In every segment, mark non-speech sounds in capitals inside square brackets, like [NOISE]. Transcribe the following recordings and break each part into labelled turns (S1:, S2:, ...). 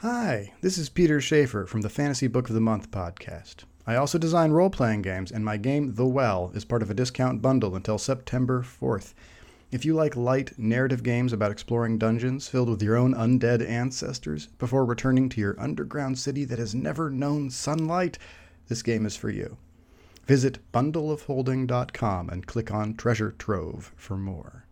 S1: Hi, this is Peter Schaefer from the Fantasy Book of the Month podcast. I also design role playing games, and my game, The Well, is part of a discount bundle until September 4th. If you like light, narrative games about exploring dungeons filled with your own undead ancestors before returning to your underground city that has never known sunlight, this game is for you. Visit bundleofholding.com and click on Treasure Trove for more.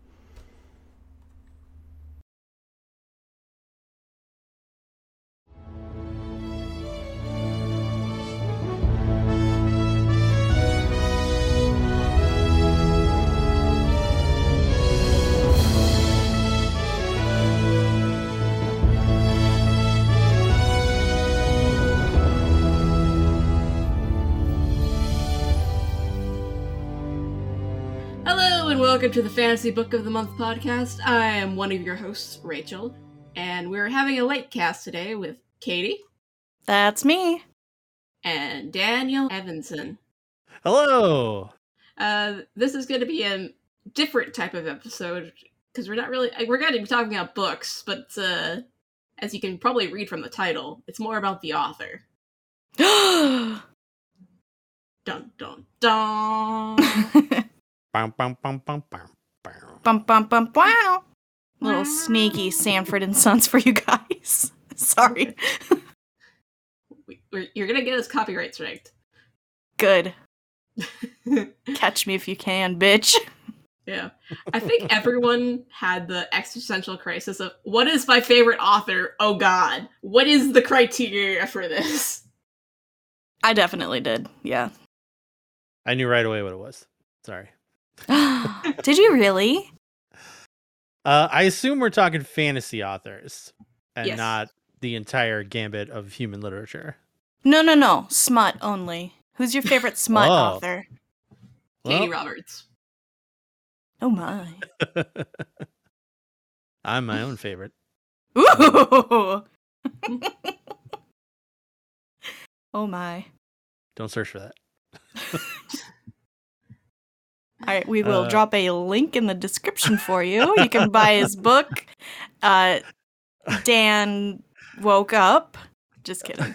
S2: Hello and welcome to the Fantasy Book of the Month podcast. I am one of your hosts, Rachel, and we're having a late cast today with Katie
S3: That's me.
S2: and Daniel Evanson.
S4: Hello.
S2: Uh, this is going to be a different type of episode because we're not really like, we're going to be talking about books, but uh, as you can probably read from the title, it's more about the author. Dun dun
S3: [LAUGHS]
S2: dun.
S3: bum
S4: Bum, bum, bum, bum, bum, bum.
S3: bum bum wow. Little sneaky Sanford and Sons for you guys. [LAUGHS] Sorry.
S2: We- we're- You're going to get us copyright striked. [LAUGHS]
S3: Good. Catch me if you can, bitch.
S2: Yeah. I think everyone had the existential crisis of what is my favorite author? Oh God. What is the criteria for this?
S3: I definitely did. Yeah. [GASPS]
S4: I knew right away what it was. Sorry.
S3: did you really?
S4: Uh, I assume we're talking fantasy authors and
S2: Yes.
S4: not the entire gambit of human literature.
S3: No, no, no. Smut only. Who's your favorite smut
S4: Oh.
S3: author?
S2: Katie
S4: Well,
S2: Roberts.
S3: Oh my.
S4: I'm my own favorite.
S3: Ooh. [LAUGHS] oh my.
S4: Don't search for that. [LAUGHS]
S3: All right, we will
S4: Uh,
S3: drop a link in the description for you. You can buy his
S4: [LAUGHS]
S3: book. Uh, Dan woke up. Just
S4: Uh,
S3: kidding.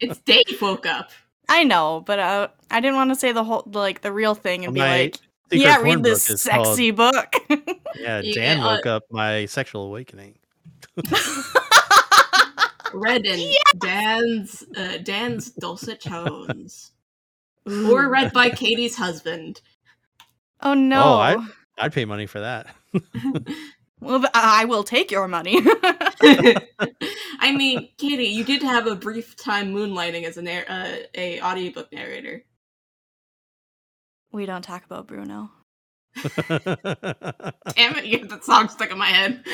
S2: It's Dave woke up.
S3: I know, but uh, I didn't want to say the whole like the real thing and be
S4: My
S3: like,
S4: secret
S3: "Yeah,
S4: porn
S3: read
S4: book
S3: this
S4: is
S3: sexy book." [LAUGHS]
S4: Called, yeah,
S2: Yeah,
S4: Dan
S2: uh,
S4: woke up my sexual awakening.
S2: Red
S4: [LAUGHS]
S2: and Dan's uh, Dan's dulcet tones. Or read by Katie's husband. [LAUGHS]
S3: oh no!
S4: I- I'd pay money for that. [LAUGHS]
S3: Well, th- I will take your money. [LAUGHS]
S2: I mean, Katie, you did have a brief time moonlighting as a narr- uh, a audiobook narrator.
S3: we don't talk about Bruno.
S2: Damn it, you have that song stuck in my head.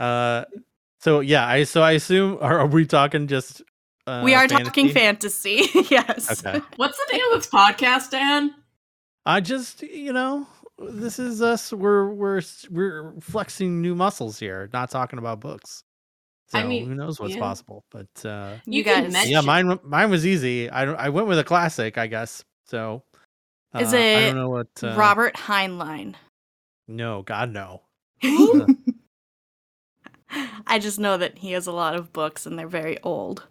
S4: uh, so yeah, I so I assume are, are we talking just? Uh,
S3: we are talking
S4: fantasy?
S3: fantasy. [LAUGHS] yes.
S4: Okay.
S2: What's the name of this podcast, Dan?
S4: I just you know this is us. We're we're s- we're flexing new muscles here. Not talking about books. So
S2: I mean,
S4: who knows what's
S2: yeah.
S4: possible? But uh,
S2: You
S3: You
S2: can
S3: guys.
S2: mention-
S4: yeah, mine w- mine was easy. I don't- I went with a classic, I guess. So uh,
S3: Is
S4: I
S3: it
S4: don't know what uh,
S3: Robert Heinlein.
S4: No, God no. uh,
S3: [LAUGHS] I just know that he has a lot of books and they're very old.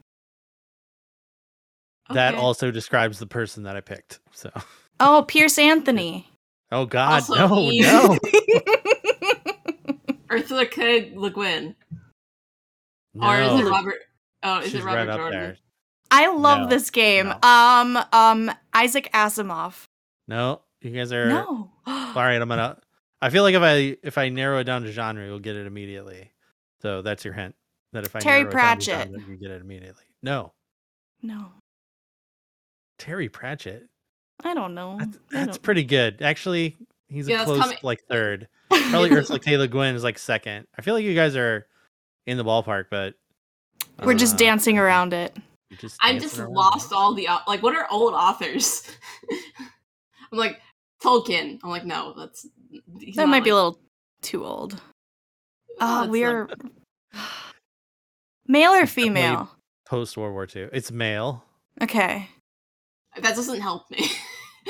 S4: That
S2: Okay.
S4: also describes the person that I picked. So [LAUGHS]
S3: Oh, Pierce Anthony. [LAUGHS]
S4: oh God
S2: Also
S4: no
S2: easy.
S4: no
S2: Ursula K. Le Guin. [LAUGHS]
S4: no.
S2: Or is it Robert? Oh, is
S4: She's
S2: it Robert
S4: right up
S2: Jordan?
S4: there.
S3: I love
S4: No,
S3: this game.
S4: no.
S3: Um, um, Isaac Asimov.
S4: No, you guys are.
S3: No.
S4: All right, I'm gonna. I feel like if I if I narrow it down to genre, you'll get it immediately. So that's your hint. That if I
S3: Terry
S4: narrow it down to
S3: Pratchett.
S4: genre, you get it immediately. No,
S3: [GASPS] no.
S4: Terry Pratchett.
S3: I don't know.
S4: That's,
S3: Mm, I [LAUGHS]
S4: that's
S3: don't-
S4: pretty good, actually. He's
S2: Yeah,
S4: a
S2: it's
S4: close
S2: coming-
S4: like
S3: [LAUGHS]
S4: third. Probably Ursula K. Le Guin is like second. I feel like you guys are in the ballpark, but
S3: We're just
S4: uh,
S3: dancing around it.
S4: you're Just
S2: I
S4: dancing
S2: just
S4: around.
S2: lost all the au- like. What are old authors? [LAUGHS] I'm like Tolkien. I'm like no, that's he's
S3: That
S2: not
S3: might be a
S2: like-
S3: little too old.
S2: that's
S3: Oh,
S2: not-
S3: we are [SIGHS] male or
S4: It's definitely-
S3: female?
S4: post World War II. It's male.
S3: Okay.
S2: That doesn't help me.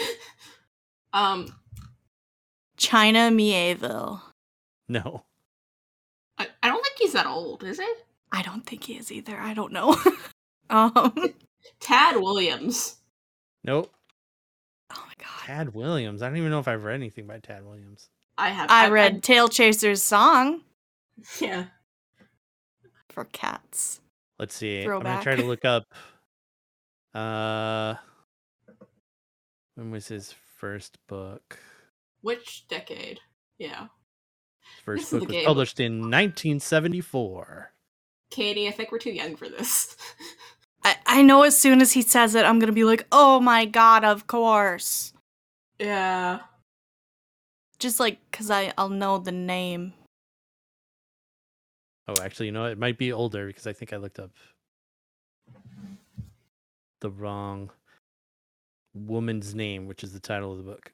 S2: [LAUGHS] um,
S3: China Mieville.
S4: No,
S2: that old, is he?
S3: I don't think he is either. I don't know. [LAUGHS] um, oh my
S2: Tad Williams.
S4: Nope.
S3: god.
S4: Tad Williams. I don't even know if I've read anything by Tad Williams.
S2: I have.
S3: I
S2: I've-
S3: read Tail Chaser's song
S2: I've- [LAUGHS] yeah.
S3: for cats.
S4: Let's see. I'm gonna try to
S3: Throwback.
S4: look up. Uh, when was his first book?
S2: Which decade? Yeah. [LAUGHS]
S4: His
S2: This is
S4: first
S2: the
S4: book was
S2: game.
S4: published in 1974.
S2: Katie, I think we're too young for this. [LAUGHS]
S3: I, I know as soon as he says it, I'm gonna be like, oh my god, of course.
S2: yeah.
S3: Just like, cause I, I'll know the name.
S4: Oh, actually, you know, what? it might be older because I think I looked up the wrong woman's name, which is the title of the book.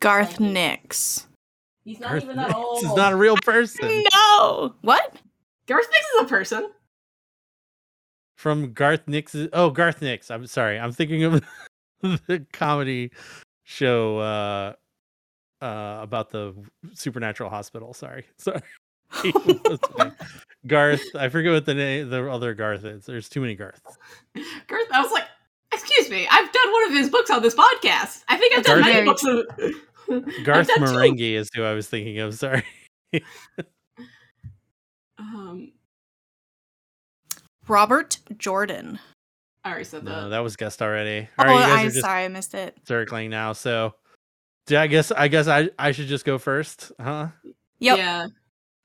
S3: Garth
S2: Thank you.
S3: Nix.
S2: He's not
S4: Garth
S2: even
S4: [LAUGHS]
S2: that
S4: Nix
S2: old.
S4: is not a real
S2: [LAUGHS]
S4: person.
S3: No! What?
S2: Garth Nix is a person.
S4: From Garth Nix. Oh, Garth Nix. I'm sorry. I'm thinking of [LAUGHS] the comedy show uh, uh, about the supernatural hospital. Sorry. [LAUGHS] Sorry. Garth. I forget what the name, the other Garth is. There's too many Garths.
S3: [LAUGHS]
S2: Garth, I was like, excuse me, I've done one of his books on this podcast. I think I've done many
S4: Garth-
S3: Very-
S2: books. Of...
S4: Garth [LAUGHS]
S2: I've done two.
S4: Marenghi is who I was thinking
S3: [LAUGHS]
S4: of. Sorry.
S2: Um,
S3: Robert Jordan.
S2: I already said that.
S4: No, that was guessed already.
S3: Oh,
S4: All right, you guys
S3: I'm
S4: are just
S3: sorry, I missed it.
S4: circling now. So, do I guess I guess I I should just go first, huh?
S3: Yep.
S2: Yeah.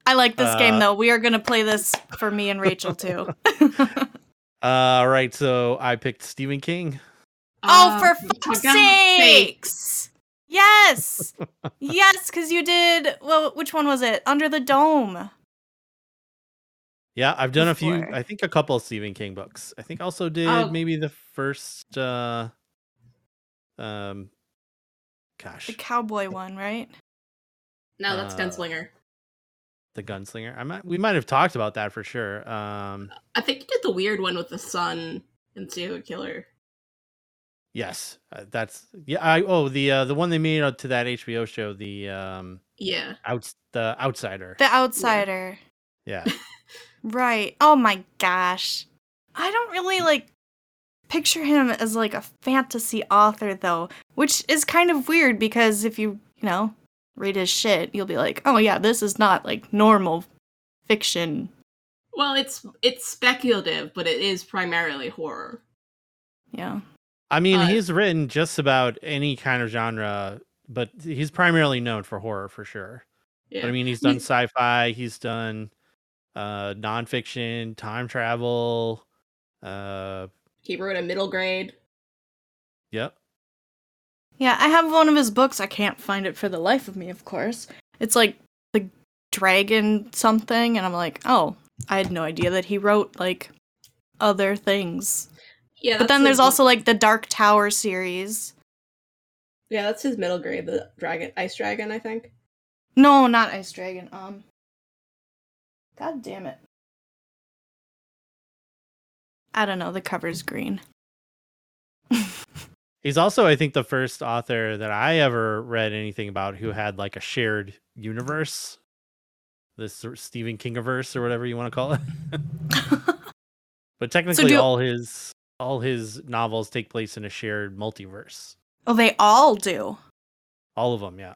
S3: I like this game
S4: Uh,
S3: though. We are gonna play this for me and Rachel too. [LAUGHS]
S4: Uh, All right, so I picked Stephen King.
S3: oh,
S2: Uh,
S3: for fuck's
S2: God's sake.
S3: sakes! Yes, yes, because you did. Well, which one was it? Under the Dome.
S4: Yeah, I've done a few.
S3: Before.
S4: I think a couple of Stephen King books. I think I also did
S2: Oh.
S4: maybe the first. uh Um, gosh,
S3: The cowboy one, right?
S2: No, that's
S4: Uh,
S2: Gunslinger.
S4: the Gunslinger. I might we might have talked about that for sure. Um,
S2: I think you did the weird one with the son and serial killer.
S4: yes, uh, that's yeah. I oh the uh, the one they made out to that HBO show, the um,
S2: Yeah.
S4: outs the Outsider.
S3: The Outsider.
S4: yeah.
S3: Right. Oh my gosh. I don't really like picture him as like a fantasy author though, which is kind of weird because if you, you know, read his shit, you'll be like, "Oh yeah, this is not like normal fiction."
S2: Well, it's it's speculative, but it is primarily horror.
S3: Yeah.
S4: I mean,
S2: Uh,
S4: he's written just about any kind of genre, but he's primarily known for horror for sure.
S2: Yeah.
S4: But I mean, he's done sci-fi, he's done uh nonfiction, time travel. Uh,
S2: he wrote a middle grade.
S4: yep.
S3: Yeah, I have one of his books. I can't find it for the life of me, of course. It's like the dragon something and I'm like, "Oh, I had no idea that he wrote like other things."
S2: Yeah.
S3: But
S2: that's
S3: then
S2: his
S3: there's
S2: mi-
S3: also like the Dark Tower series.
S2: yeah, that's his middle grade, the dragon, ice dragon, I think.
S3: No, not Ice Dragon. Um. God damn it. I don't know. The cover's green. [LAUGHS]
S4: He's also, I think, the first author that I ever read anything about who had like a shared universe, this sort of Stephen Kingiverse or whatever you want to call it. But technically,
S3: do-
S4: all his all his novels take place in a shared multiverse.
S3: oh, they all do.
S4: All of them, yeah.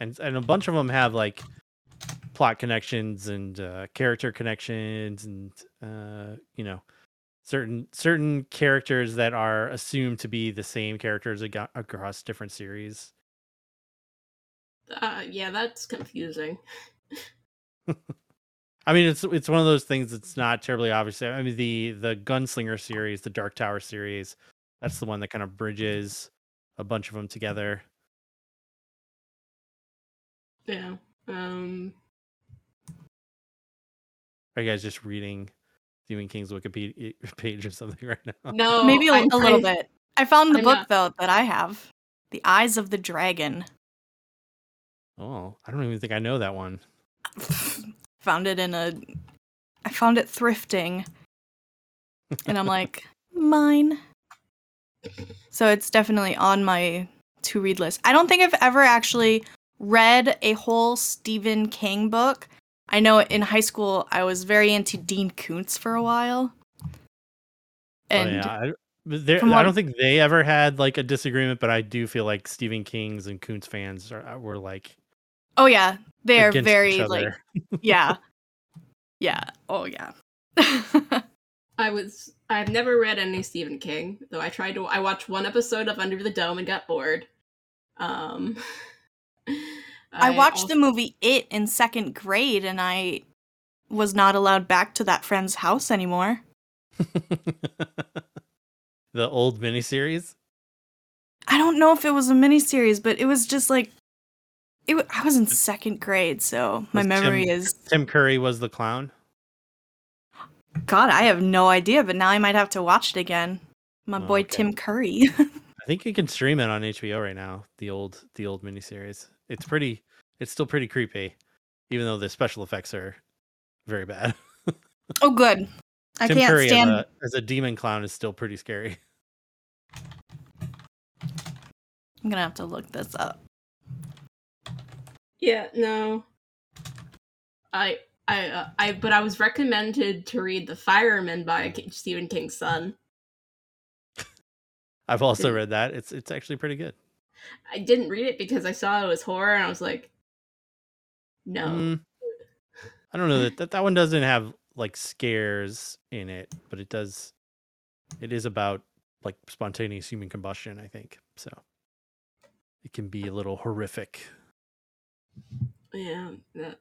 S4: And and a bunch of them have like plot connections and uh, character connections and uh, you know certain certain characters that are assumed to be the same characters aga- across different series.
S2: Uh, yeah, that's confusing.
S4: I mean, it's it's one of those things that's not terribly obvious. I mean, the the Gunslinger series, the Dark Tower series, that's the one that kind of bridges a bunch of them together.
S2: Yeah. Um.
S4: Are you guys just reading Stephen King's Wikipedia [LAUGHS] page or something right now?
S3: Mm.
S2: No.
S3: Maybe a,
S2: Oh, I'm
S3: a little
S2: trying-
S3: bit. I found the
S2: I'm
S3: book
S2: not-
S3: though that I have. The Eyes of the Dragon.
S4: Oh, I don't even think I know that one.
S3: found it in a. I found it thrifting, [LAUGHS] and I'm like mine. So it's definitely on my to read list. I don't think I've ever actually read a whole Stephen King book. I know in high school I was very into Dean Koontz for a while. And
S4: oh, yeah. I, but there,
S3: from
S4: I
S3: what-
S4: don't think they ever had like a disagreement, but I do feel like Stephen King's and Koontz fans are, uh, were like
S3: oh, they are
S4: against
S3: very
S4: each
S3: like
S4: other.
S3: yeah. Yeah. Oh yeah. [LAUGHS]
S2: I was I've never read any Stephen King, though I tried to I watched one episode of Under the Dome and got bored. Um [LAUGHS]
S3: I watched
S2: also-
S3: the movie It in second grade and I was not allowed back to that friend's house anymore.
S4: [LAUGHS] the old miniseries.
S3: I don't know if it was a miniseries, but it was just like it. wa- I was in second grade, so my
S4: Was Tim-
S3: memory is
S4: Tim Curry was the clown.
S3: God. I have no idea, but now I might have to watch it again. My
S4: Oh,
S3: boy
S4: okay.
S3: Tim Curry. [LAUGHS]
S4: I think you can stream it on HBO right now. The old the old miniseries. It's pretty. It's still pretty creepy, even though the special effects are very bad. [LAUGHS]
S3: oh, good. I
S4: Tim
S3: can't
S4: Curry uh,
S3: stand.
S4: as, a, as a demon clown is still pretty scary. [LAUGHS]
S3: I'm gonna have to look this up.
S2: Yeah, no. I I uh, I but I was recommended to read The Fireman by K- Stephen King's son.
S4: I've also
S2: Didn't-
S4: read that. It's it's actually pretty good.
S2: I didn't read it because I saw it was horror and I was like no.
S4: Mm. I don't know that, that that one doesn't have like scares in it, but it does. It is about like spontaneous human combustion, I think. So it can be a little horrific.
S2: Yeah, that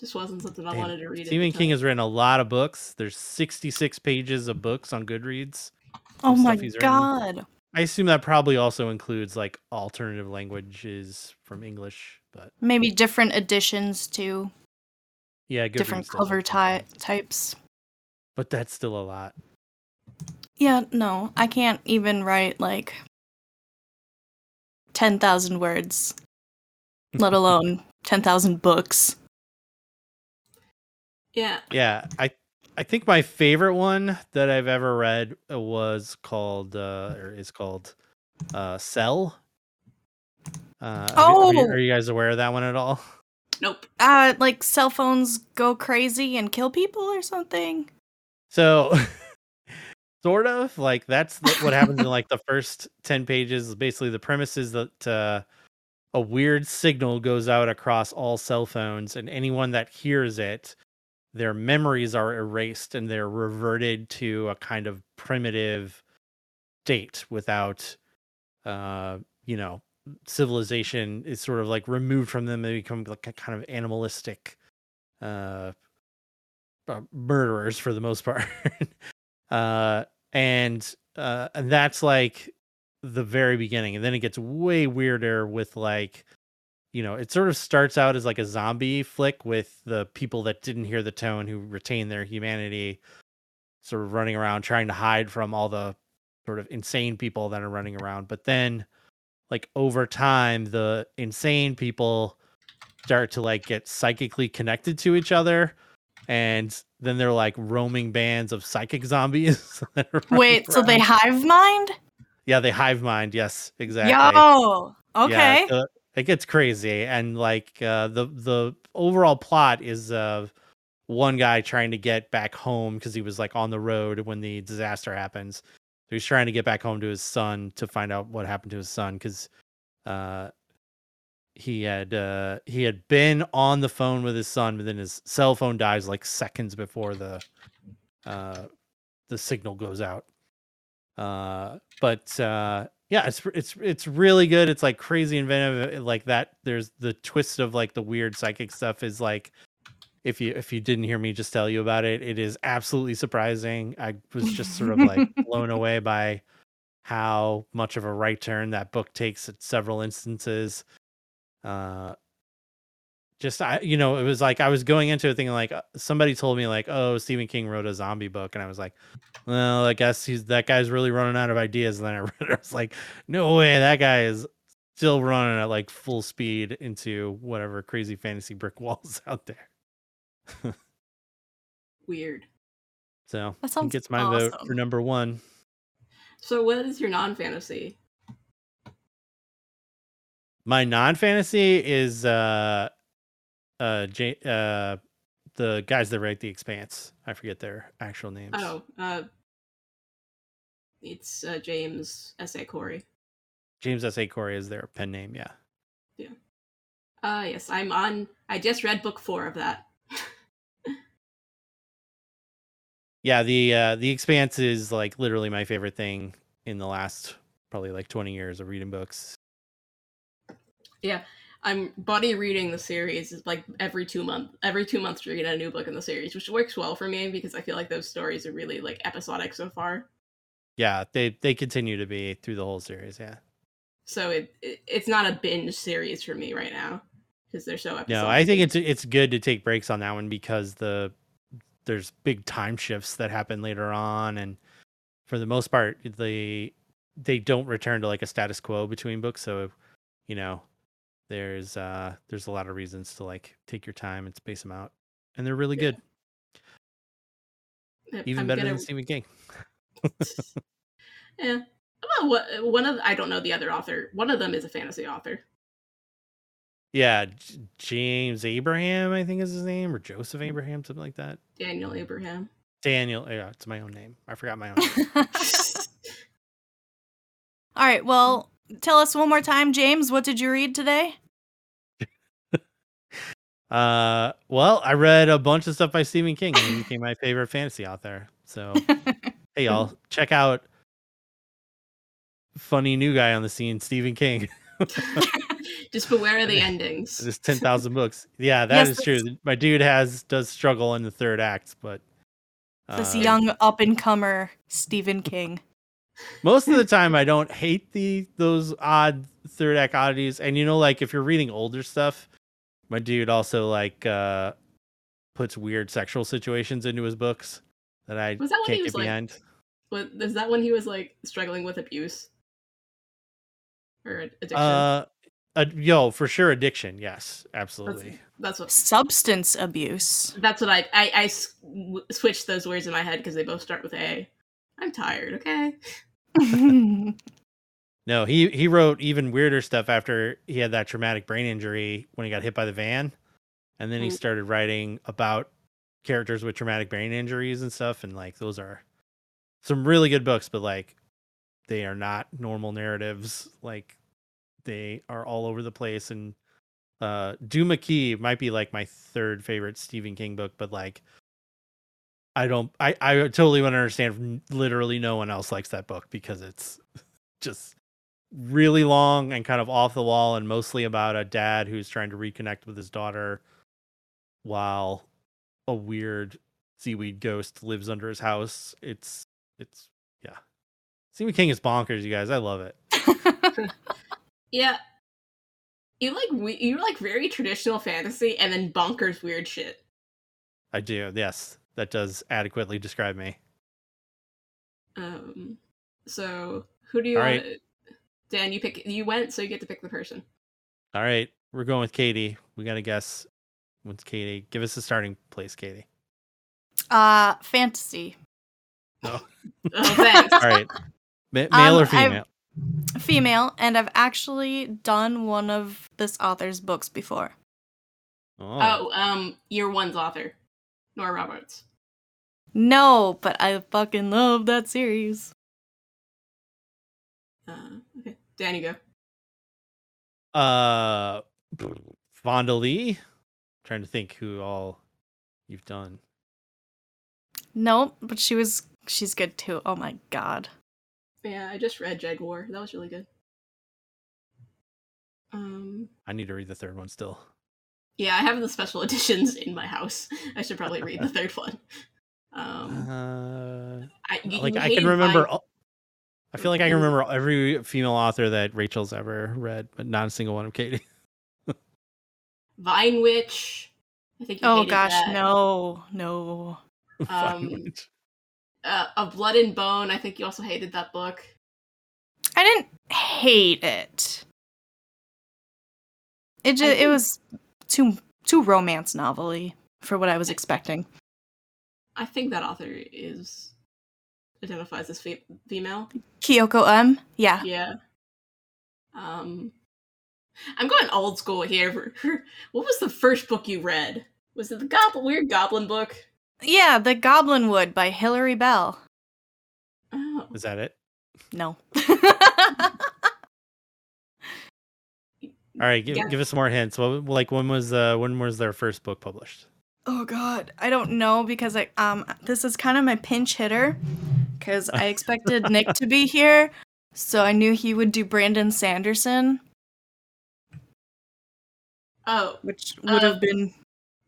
S2: just wasn't something I
S4: Damn.
S2: wanted to read. at the
S4: Stephen King
S2: time.
S4: has written a lot of books. There's 66 pages of books on Goodreads.
S3: Oh
S4: Some
S3: my
S4: stuff he's written.
S3: god.
S4: I assume that probably also includes like alternative languages from English, but
S3: Maybe different editions too,
S4: yeah, Goodreads
S3: different
S4: does
S3: cover
S4: include that.
S3: ty- types.
S4: But that's still a lot.
S3: Yeah, no, I can't even write like ten thousand words,
S4: [LAUGHS]
S3: let alone ten thousand books.
S2: Yeah,
S4: Yeah, I I think my favorite one that I've ever read uh, was called uh, or is called uh, Cell. Uh, are you- are you-
S3: Oh!
S4: are you guys aware of that one at all? [LAUGHS]
S2: nope.
S3: uh like cell phones go crazy and kill people or something
S4: So, [LAUGHS] sort of like that's the, what happens in like the first 10 pages. Basically, the premise is that uh, a weird signal goes out across all cell phones, and anyone that hears it, their memories are erased and they're reverted to a kind of primitive state without, uh, you know, civilization is sort of like removed from them. They become like a kind of animalistic. Uh, uh, murderers for the most part. [LAUGHS] uh, and uh, and that's like the very beginning, and then it gets way weirder with like, you know, it sort of starts out as like a zombie flick with the people that didn't hear the tone who retain their humanity, sort of running around trying to hide from all the sort of insane people that are running around. But then, like over time, the insane people start to like get psychically connected to each other and then they're like roaming bands of psychic zombies. [LAUGHS] that are running
S3: wait so they
S4: around.
S3: hive mind
S4: yeah they hive mind. Yes, exactly.
S3: yo
S4: Yeah,
S3: okay
S4: so it gets crazy, and like uh, the the overall plot is of one guy trying to get back home because he was like on the road when the disaster happens. So he's trying to get back home to his son to find out what happened to his son because uh, he had uh, he had been on the phone with his son, but then his cell phone dies like seconds before the uh, the signal goes out. Uh, but uh, yeah, it's it's it's really good. It's like crazy inventive, uh, like that. There's the twist of like the weird psychic stuff is like if you if you didn't hear me just tell you about it, it is absolutely surprising. I was just sort of like blown away by how much of a right turn that book takes at several instances. Uh just I you know, it was like I was going into it thinking like uh, somebody told me like, "Oh, Stephen King wrote a zombie book." And I was like, "Well, I guess he's that guy's really running out of ideas." And then I [LAUGHS] read it. I was like, "No way, that guy is still running at like full speed into whatever crazy fantasy brick [LAUGHS] walls out there."
S2: Weird.
S4: So,
S3: That
S4: I think
S3: sounds
S4: it's my vote for
S3: awesome.
S4: number 1.
S2: So, what is your non fantasy?
S4: My non fantasy is uh uh J- uh the guys that write the Expanse. I forget their actual names.
S2: Oh, uh, it's uh, James S. A. Corey.
S4: James S A Corey is their pen name. Yeah.
S2: Uh, yes, I'm on. I just read book four of that. [LAUGHS]
S4: yeah the uh the expanse is like literally my favorite thing in the last probably like 20 years of reading books
S2: I'm buddy reading the series is like every two month every two months read a new book in the series, which works well for me because I feel like those stories are really like episodic so far.
S4: yeah they they continue to be through the whole series yeah
S2: So it, it it's not a binge series for me right now because they're so episodic.
S4: no i think it's it's good to take breaks on that one because the there's big time shifts that happen later on and for the most part they they don't return to like a status quo between books so you know there's uh there's a lot of reasons to like take your time and space them out and they're really
S2: Yeah.
S4: good even
S2: I'm
S4: better
S2: gonna-
S4: than stephen king
S2: Yeah. Well, wha- one of I don't know the other author. One of them is a fantasy author.
S4: Yeah, J- James Abraham, I think is his name, or Joseph
S2: Mm.
S4: Abraham, something like that.
S2: Daniel Abraham.
S4: Daniel, yeah, it's my own name. I forgot my own. name.
S3: [LAUGHS] All right. Well, tell us one more time, James. What did you read today?
S4: Uh, well, I read a bunch of stuff by Stephen King, and he became my favorite fantasy author. So, hey, y'all, check out funny new guy on the scene, Stephen King. [LAUGHS]
S2: [LAUGHS] Just beware of the endings.
S4: There's ten thousand books. Yeah, that is
S3: Yes,
S4: true. My dude has does struggle in the third act, but
S3: this
S4: uh,
S3: young up and comer Stephen King.
S4: most of the time i don't hate the those odd third act oddities and you know like if you're reading older stuff my dude also like uh puts weird sexual situations into his books that i
S2: Was that what he
S4: can't
S2: was
S4: get
S2: like?
S4: behind
S2: What is that when he was like struggling with abuse or ad- addiction?
S4: uh, uh yo for sure addiction yes absolutely
S2: that's what.
S3: Substance
S4: [LAUGHS]
S3: abuse.
S2: That's what I I, I s- w- switched those words in my head because they both start with A. I'm tired. Okay.
S4: no he he wrote even weirder stuff after he had that traumatic brain injury when he got hit by the van and then he
S2: Mm.
S4: started writing about characters with traumatic brain injuries and stuff and like those are some really good books but like they are not normal narratives like they are all over the place and uh do mckee might be like my third favorite stephen king book but like i don't i i totally want to understand from literally no one else likes that book because it's [LAUGHS] just really long and kind of off the wall and mostly about a dad who's trying to reconnect with his daughter while a weird seaweed ghost lives under his house. It's it's yeah. Stephen King is bonkers, you guys. I love it.
S2: Yeah. You like we- you like very traditional fantasy and then bonkers weird shit.
S4: I do. Yes, that does adequately describe me.
S2: Um. So who do you
S4: All
S2: want?
S4: right.
S2: to Dan, you pick. You went, so you get to pick the person.
S4: [LAUGHS] All right, we're going with Katie. We got to guess what's Katie. Give us a starting place, Katie.
S3: uh, fantasy.
S2: Oh, thanks.
S4: All right. Ma- male or
S3: Um, I've-
S4: female?
S3: Female, and I've actually done one of this author's books before.
S2: oh, um, year one's author, Nora Roberts.
S3: No, but I fucking love that series.
S2: Uh, okay, Dan, you go.
S4: uh Vonda Lee. Trying to think who all you've done.
S3: No, but she was she's good too. Oh my god.
S2: Yeah, I just read Jed War. That was really good. Um,
S4: I need to read the third one still.
S2: yeah, I have the special [LAUGHS] editions in my house. I should probably read [LAUGHS] the third one. Um,
S4: Uh,
S2: I, you-
S4: like
S2: you
S4: I
S2: hated
S4: can remember.
S2: my-
S4: all- I feel like I can remember every female author that Rachel's ever read, but not a single one of Katie. [LAUGHS]
S2: Vine Witch. I think. You
S3: Oh
S2: hated
S3: gosh,
S2: that.
S3: no, no.
S4: Fine,
S2: Um,
S4: which-
S2: Uh, of Blood and Bone. I think you also hated that book.
S3: I didn't hate it. It just it
S2: think-
S3: was too too romance novelly for what I was expecting.
S2: I think that author is identifies as fe- female.
S3: Kyoko M. Yeah.
S2: Yeah. Um, I'm going old school here. [LAUGHS] what was the first book you read? Was it the Goblin Weird Goblin book?
S3: Yeah, The Goblin Wood by Hilary Bell.
S2: Oh,
S4: Is that it?
S3: No. [LAUGHS]
S4: All right, give,
S2: Yeah.
S4: give us some more hints. What, like when was uh, when was their first book published?
S3: oh god, I don't know because I um this is kind of my pinch hitter cuz I
S4: [LAUGHS]
S3: expected Nick to be here, so I knew he would do Brandon Sanderson,
S2: oh,
S3: which would have
S2: Um,
S3: been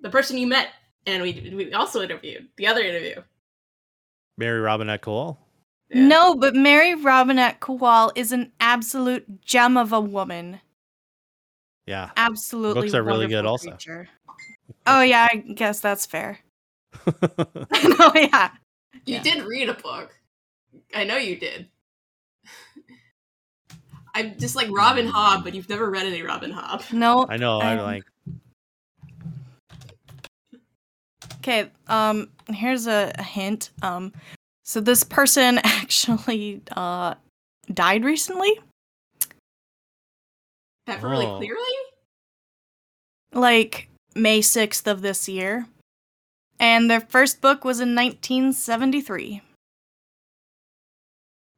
S2: the person you met and we we also interviewed the other interview.
S4: Mary Robinette Cole.
S2: Yeah.
S3: No, but Mary Robinette Kowal is an absolute gem of a woman.
S4: Yeah. [LAUGHS]
S3: Absolutely.
S4: Books are really good
S3: wonderful
S4: also.
S3: creature. Oh yeah, I guess that's fair. [LAUGHS] oh yeah.
S2: You
S3: Yeah.
S2: did read a book. I know you did. [LAUGHS] I'm just like Robin Hobb, but you've never read any Robin Hobb.
S3: No.
S4: I know. I'm
S3: Um,
S4: like,
S3: Okay. Um. Here's a, a hint. Um. So this person [LAUGHS] actually uh died recently.
S2: That really
S4: Oh.
S2: clearly?
S3: like May 6th of this year. And their first book was in 1973.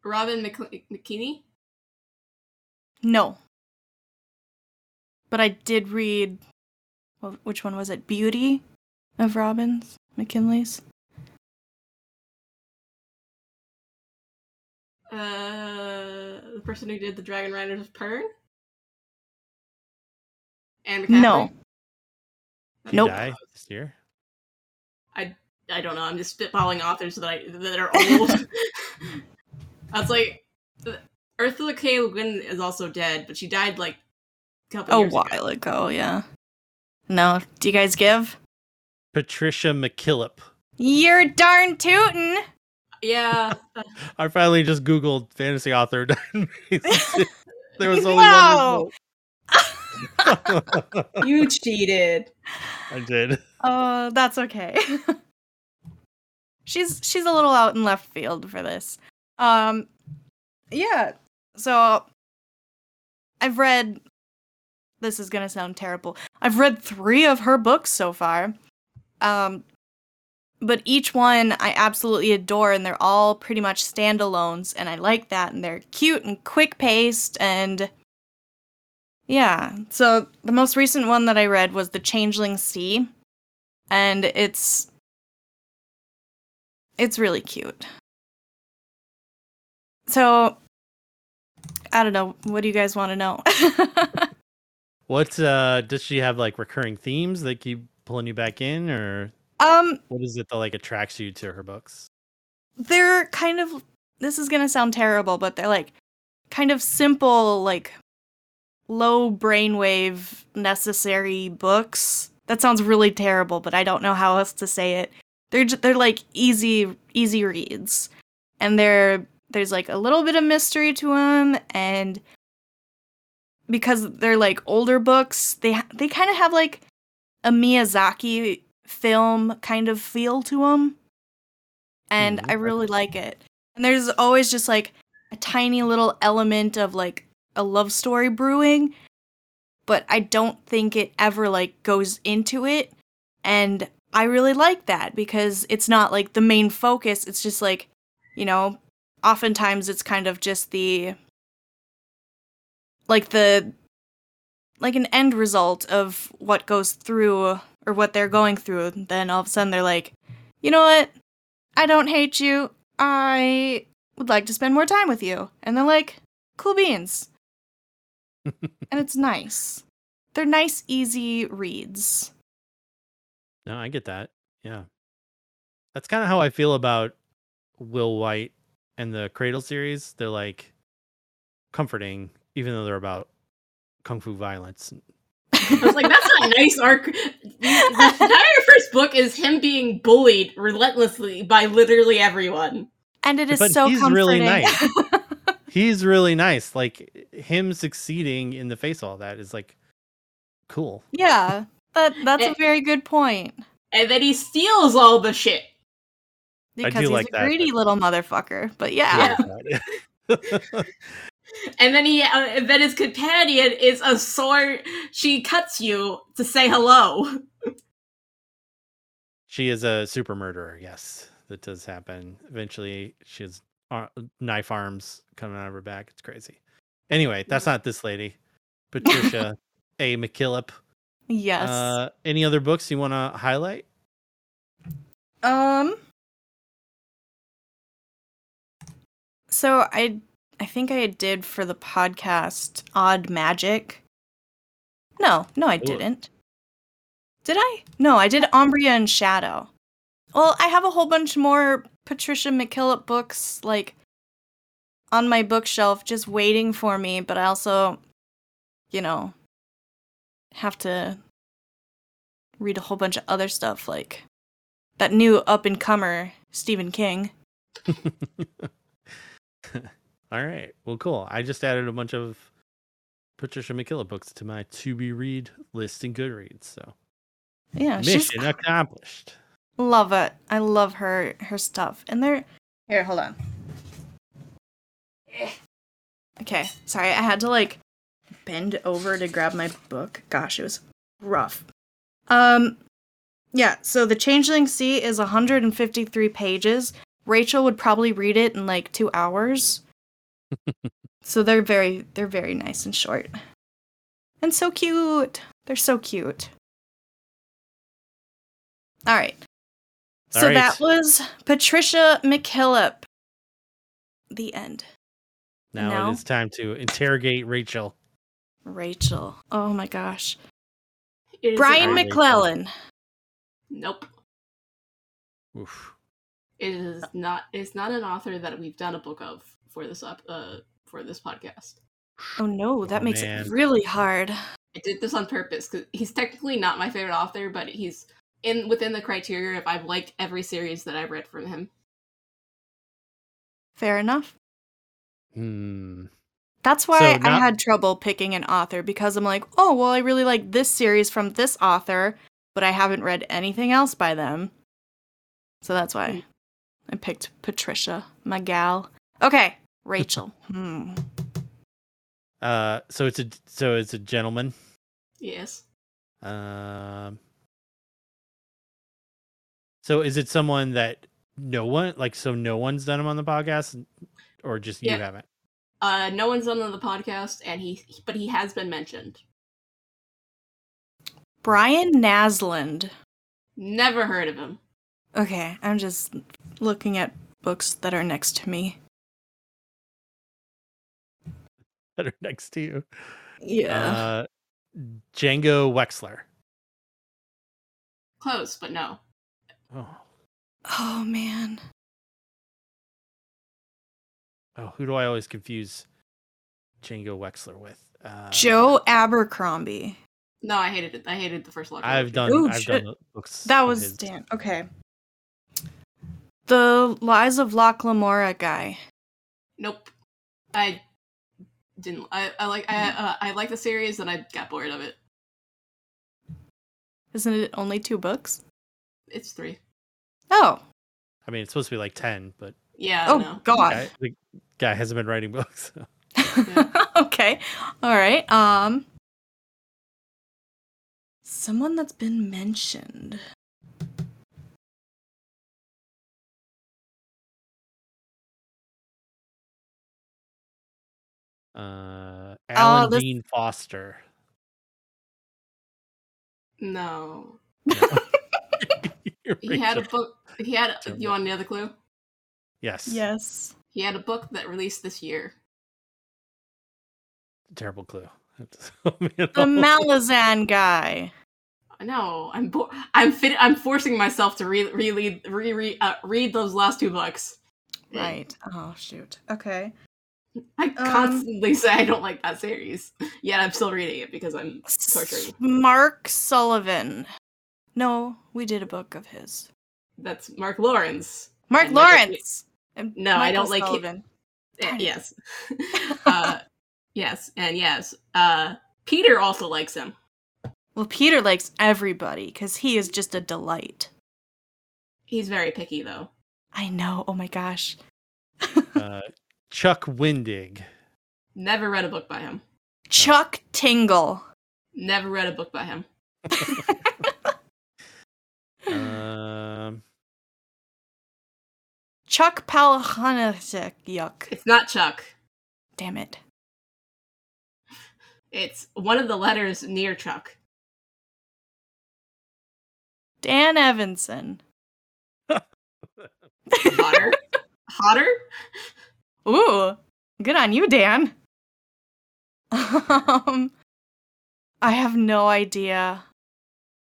S2: Robin McC- McKinney?
S3: No. But I did read wh- which one was it? Beauty of Robbins McKinley's.
S2: Uh, the person who did the Dragon Riders of Pern? And McCaffrey?
S3: No.
S4: did he
S3: nope.
S4: die this year.
S2: I don't know. I'm just spitballing authors that I, that are
S3: [LAUGHS]
S2: old. I was like, Ursula K. Le Guin is also dead, but she died like a couple
S3: A
S2: years ago.
S3: while ago, yeah. No, do you guys give?
S4: Patricia McKillop.
S3: You're darn tootin'.
S2: Yeah. uh,
S4: I finally just googled fantasy author. [LAUGHS] database. there was only
S3: No.
S4: one result.
S2: you cheated.
S4: [LAUGHS] I did.
S3: Oh, that's okay. [LAUGHS] she's she's a little out in left field for this. Um yeah. So I've read this is going to sound terrible. I've read 3 of her books so far. Um but each one I absolutely adore and they're all pretty much standalones and I like that and they're cute and quick-paced and yeah. So the most recent one that I read was The Changeling Sea and it's it's really cute. So I don't know, what do you guys want to know? [LAUGHS]
S4: What uh, does she have like recurring themes that keep pulling you back in, or
S3: um
S4: what is it that like attracts you to her books?
S3: they're kind of this is going to sound terrible, but they're like kind of simple like low brainwave necessary books. That sounds really terrible, but I don't know how else to say it. They're ju- they're like easy easy reads. And they're there's like a little bit of mystery to them and because they're like older books, they ha- they kind of have like a Miyazaki film kind of feel to them. And
S4: Mhm.
S3: I really like it. And there's always just like a tiny little element of like a love story brewing, but I don't think it ever like goes into it. And I really like that because it's not like the main focus. It's just like, you know, oftentimes it's kind of just the like the like an end result of what goes through or what they're going through. Then all of a sudden they're like, you know what? I don't hate you. I would like to spend more time with you. And they're like, cool
S4: [LAUGHS]
S3: beans. and it's nice. They're nice, easy
S4: [LAUGHS]
S3: reads.
S4: No, I get that. Yeah. That's kind of how I feel about Will White and the Cradle series. They're like comforting, even though they're about kung fu violence.
S2: I was like, that's not a nice arc. The entire first book is him being bullied relentlessly by literally everyone.
S3: and it is
S4: But
S3: so
S4: he's
S3: comforting.
S4: really nice. He's really nice. Like him succeeding in the face of all that is like cool.
S3: [LAUGHS] yeah. That that's a
S2: It-
S3: very good point.
S2: And then he steals all the shit.
S4: do
S3: Because he's
S4: like
S3: a
S4: that,
S3: greedy
S4: but-
S3: little motherfucker. But yeah.
S4: I like that. [LAUGHS]
S2: And then he, uh, and then his companion is a sword. She cuts you to say hello. [LAUGHS]
S4: She is a super murderer. Yes, that does happen. Eventually, she has ar- knife arms coming out of her back. It's crazy. Anyway, that's not
S3: [LAUGHS]
S4: this lady, Patricia A. McKillop.
S3: Yes.
S4: Uh, any other books you want to highlight?
S3: um. So I, I think I did for the podcast Odd Magic. No, no, I didn't. Did I? No, I did Umbria and Shadow. Well, I have a whole bunch more Patricia McKillop books like on my bookshelf just waiting for me, but I also, you know, have to read a whole bunch of other stuff like that new up and comer Stephen King.
S4: [LAUGHS] All right. Well, cool. I just added a bunch of Patricia McKillop books to my to be read list in Goodreads. So
S3: Yeah, Uh, she's
S4: mission accomplished.
S3: love it. I love her her stuff. And they're here, hold on. Okay, sorry, I had to like bend over to grab my book. Gosh, it was rough. Um yeah, so The Changeling Sea is 153 pages. Rachel would probably read it in like 2
S4: [LAUGHS]
S3: hours. so they're very they're very nice and short. And so cute. They're so cute. All right.
S4: All
S3: So
S4: right.
S3: that was Patricia McKillop. The end.
S4: Now
S3: No.
S4: it is time to interrogate Rachel.
S3: Rachel. Oh my gosh.
S2: It is
S3: Brian
S2: an-
S4: Mc- Rachel.
S3: McClellan.
S2: nope.
S4: Oof.
S2: It is not. It's not an author that we've done a book of for this up uh for this podcast.
S3: Oh no, that
S4: Oh,
S3: makes
S4: man.
S3: it really hard.
S2: I did this on purpose because he's technically not my favorite author, but he's in within the criteria if I've liked every series that I've read from him.
S3: Fair enough.
S4: Hmm.
S3: That's why
S4: So not-
S3: I had trouble picking an author because I'm like, oh, well, I really like this series from this author, but I haven't read anything else by them. So that's
S4: Mm.
S3: why I picked Patricia, my gal. Okay,
S4: [LAUGHS]
S3: Rachel. hmm.
S4: Uh, so it's a so it's a gentleman.
S2: Yes.
S4: Um. So is it someone that no one like? So no one's done him on the podcast, or just
S2: Yeah.
S4: you haven't? [LAUGHS]
S2: Uh, no one's on the podcast, and he but he has been mentioned.
S3: Brian Naslund.
S2: Never heard of him.
S3: Okay, I'm just looking at books that are next to me.
S4: That are next to you.
S3: Yeah.
S4: Uh, Django Wexler.
S2: Close, but no.
S4: Oh,
S3: oh man.
S4: oh, who do I always confuse Django Wexler with? Uh,
S3: Joe Abercrombie.
S2: No, I hated it. I hated the first look.
S4: I've done.
S3: Ooh,
S4: I've
S3: shit.
S4: done books.
S3: That
S4: of
S3: was
S4: his.
S3: Dan. Okay. The Lies of Loch Lamora guy.
S2: Nope. I didn't. I, I like. I
S3: Mm-hmm.
S2: uh, I like the series, and I got bored of it.
S3: Isn't it only two books?
S2: It's three.
S3: Oh.
S4: I mean, it's supposed to be like ten, but
S2: Yeah.
S3: Oh
S2: no.
S3: god.
S4: guy, the guy hasn't been writing books. [LAUGHS] so.
S3: [LAUGHS] okay. All right. Um Someone that's been mentioned.
S4: Uh, Alan
S3: this-
S4: Dean
S3: [LAUGHS]
S4: Foster.
S2: No.
S4: [LAUGHS]
S2: He had a
S4: Rachel.
S2: book. He had. You want another clue?
S4: Yes.
S3: Yes.
S2: He had a book that released this year.
S4: Terrible clue. [LAUGHS] Oh, man. [LAUGHS]
S3: The Malazan guy.
S2: No, I'm bo- I'm fit. I'm forcing myself to re re re re uh, read those last two books.
S3: Right. Um, Oh shoot. Okay.
S2: I constantly say I don't like that series, yet I'm still reading it because I'm torturing.
S3: Mark Sullivan. No, we did a book of his.
S2: That's Mark Lawrence.
S3: Mark
S2: And Michael
S3: Lawrence. And
S2: No, I don't like him.
S3: Sullivan.
S2: Eh,
S3: Darn it.
S2: yes, [LAUGHS] uh, yes, and yes. Uh, Peter also likes him.
S3: [LAUGHS] Well, Peter likes everybody because he is just a delight.
S2: He's very picky though.
S3: I know. Oh my gosh.
S4: uh, Chuck Windig.
S2: Never read a book by him.
S3: [LAUGHS] Chuck Tingle.
S2: Never read a book by him.
S4: Um,
S3: Chuck Palahniuk. Yuck.
S2: It's not Chuck.
S3: Damn it.
S2: It's one of the letters near Chuck.
S3: Dan Evanson.
S2: [LAUGHS] Hotter. Hotter.
S3: Ooh, good on you, Dan. Um, I have no idea.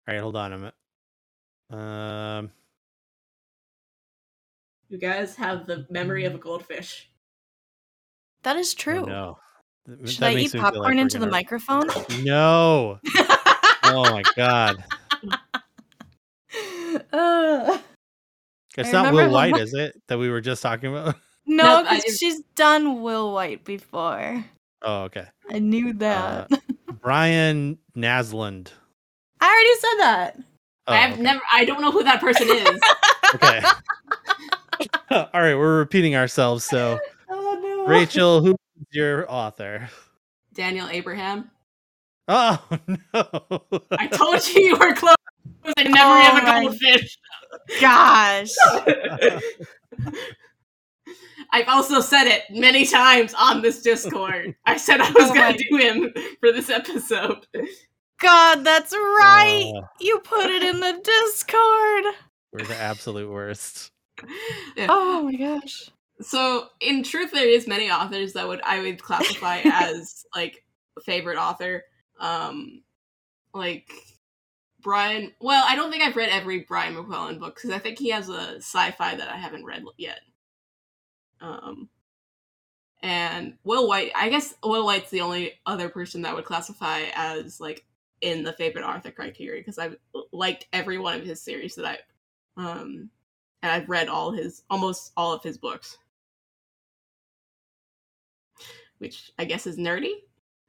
S4: all right, hold on a minute. Um,
S2: You guys have the memory of a goldfish.
S3: That is true.
S4: No. Th-
S3: Oh, Should
S4: that
S3: I
S4: makes
S3: eat
S4: me feel like
S3: popcorn
S4: we're
S3: into the
S4: gonna- [LAUGHS]
S3: microphone? [LAUGHS]
S4: No. Oh my god.
S3: Uh, [LAUGHS]
S4: It's
S3: I
S4: not
S3: remember
S4: Will
S3: how
S4: White,
S3: much-
S4: is it? That we were just talking about. [LAUGHS]
S3: no,
S2: Nope, I
S3: 'cause
S2: didn't-
S3: she's done Will White before.
S4: Oh,
S3: [LAUGHS]
S4: okay.
S3: I knew that. [LAUGHS]
S4: Brian Naslund.
S3: I already said that.
S4: Oh,
S2: I have
S4: okay.
S2: never. I don't know who that person is. [LAUGHS]
S3: [LAUGHS]
S4: Okay. [LAUGHS] All right, we're repeating ourselves. So,
S3: Oh no.
S4: Rachel, who's your author? [LAUGHS]
S2: Daniel Abraham.
S3: [LAUGHS]
S4: Oh no!
S2: I told you you were close. I never
S3: Oh
S2: have
S3: my
S2: a goldfish.
S3: [LAUGHS] Gosh.
S2: I've also said it many times on this Discord. I said I was
S3: Oh
S2: going
S3: my-
S2: to do him for this [LAUGHS] episode.
S3: God, that's
S4: [LAUGHS]
S3: right.
S4: Oh,
S3: You put it in the Discord.
S4: we're the absolute worst.
S2: Yeah.
S3: Oh my gosh.
S2: So, in truth, there is many authors that would I would classify as like favorite author. Um, like Brian. Well, I don't think I've read every Brian McClellan book because I think he has a sci-fi that I haven't read yet. Um, and Will White. I guess Will White's the only other person that I would classify as like in the favorite author criteria because I've liked every one of his series that I, um, and I've read all his almost all of his books which I guess is nerdy?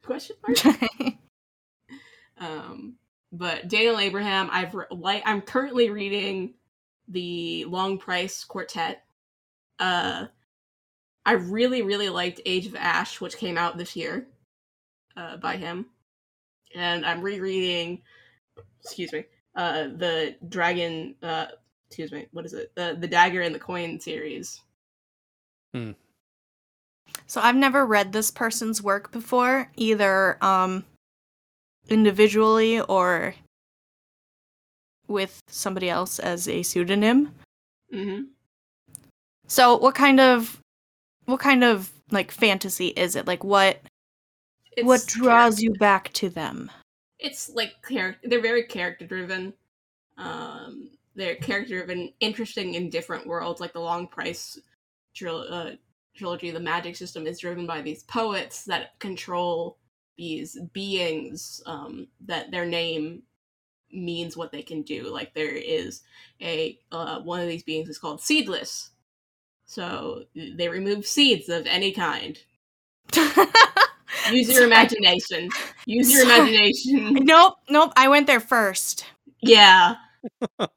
S2: Question mark. um, but Daniel Abraham, I've re- like I'm currently reading the Long Price Quartet. Uh, I really really liked Age of Ash, which came out this year uh, by him, and I'm rereading. Excuse me. Uh, the Dragon. Uh, excuse me. What is it? Uh, The the Dagger and the Coin series.
S3: [LAUGHS] So I've never read this person's work before, either um individually or with somebody else as a pseudonym.
S2: Mm-hmm.
S3: So what kind of what kind of like fantasy is it? Like what what draws you back to [LAUGHS] them?
S2: it's like character they're very character driven um they're character driven interesting in different worlds like the long price tril- uh, trilogy the magic system is driven by these poets that control these beings um that their name means what they can do like there is a uh, one of these beings is called seedless so they remove seeds of any kind use your
S3: Sorry.
S2: imagination use your
S3: Sorry.
S2: imagination
S3: nope, nope, I went there first.
S2: Yeah.
S3: And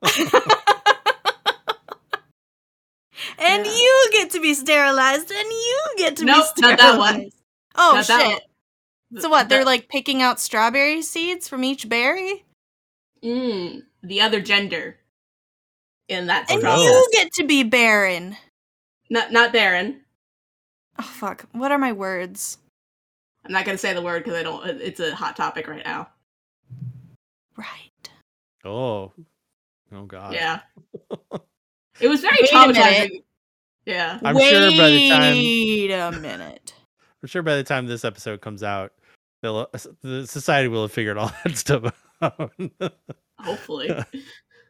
S2: Yeah.
S3: you get to be sterilized, and you get to
S2: Nope,
S3: be
S2: not
S3: sterilized.
S2: that one.
S3: Oh
S2: Not
S3: shit.
S2: that
S3: So what? They're
S2: The-
S3: like picking out strawberry seeds from each berry,
S2: mm, the other gender in that
S3: and
S4: no.
S2: process.
S3: you get to be barren.
S2: Not not Baron.
S3: Oh fuck! What are my words?
S2: I'm not gonna say the word because I don't. it- It's a hot topic right now.
S3: Right.
S4: Oh, oh god. [LAUGHS] Oh.
S2: Yeah. It was very
S3: Wait a
S2: traumatizing. Yeah.
S4: I'm sure by the time-
S3: Wait a minute.
S4: I'm sure by the time this episode comes out, they'll uh, the society will have figured all [LAUGHS] that stuff out. [LAUGHS]
S2: Hopefully.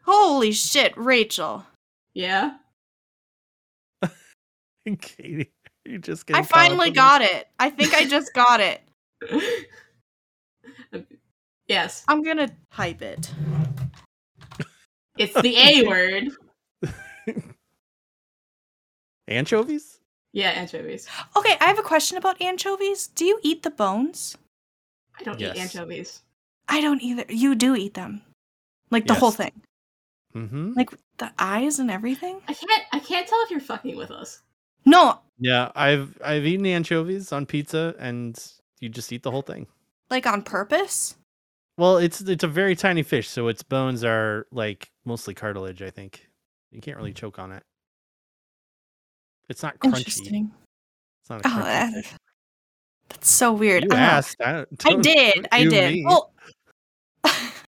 S3: Holy shit, Rachel!
S2: yeah. [LAUGHS]
S4: Katie, you just
S3: I finally got it. I think I just got it.
S2: yes.
S3: I'm gonna type it.
S2: It's the
S3: [LAUGHS]
S2: A word.
S4: anchovies.
S2: Yeah, anchovies.
S3: Okay, I have a question about anchovies. Do you eat the bones?
S2: I don't
S4: Yes.
S2: eat anchovies.
S3: I don't either. You do eat them, like the whole
S4: Yes.
S3: thing,
S4: Mm-hmm.
S3: like the eyes and everything.
S2: I can't. I can't tell if you're fucking with us.
S3: No,
S4: Yeah, I've I've eaten anchovies on pizza, and you just eat the whole thing.
S3: like on purpose.
S4: Well, it's it's a very tiny fish, so its bones are like mostly cartilage. I think you can't
S3: Hmm.
S4: really choke on it. It's not crunchy.
S3: Interesting.
S4: It's not a
S3: Oh,
S4: crunchy
S3: that-
S4: fish.
S3: that's so weird.
S4: You
S3: I don't know.
S4: asked. I, don't,
S3: I
S4: don't-
S3: did.
S4: don't
S3: I
S4: you
S3: did.
S4: me.
S3: Well, [LAUGHS]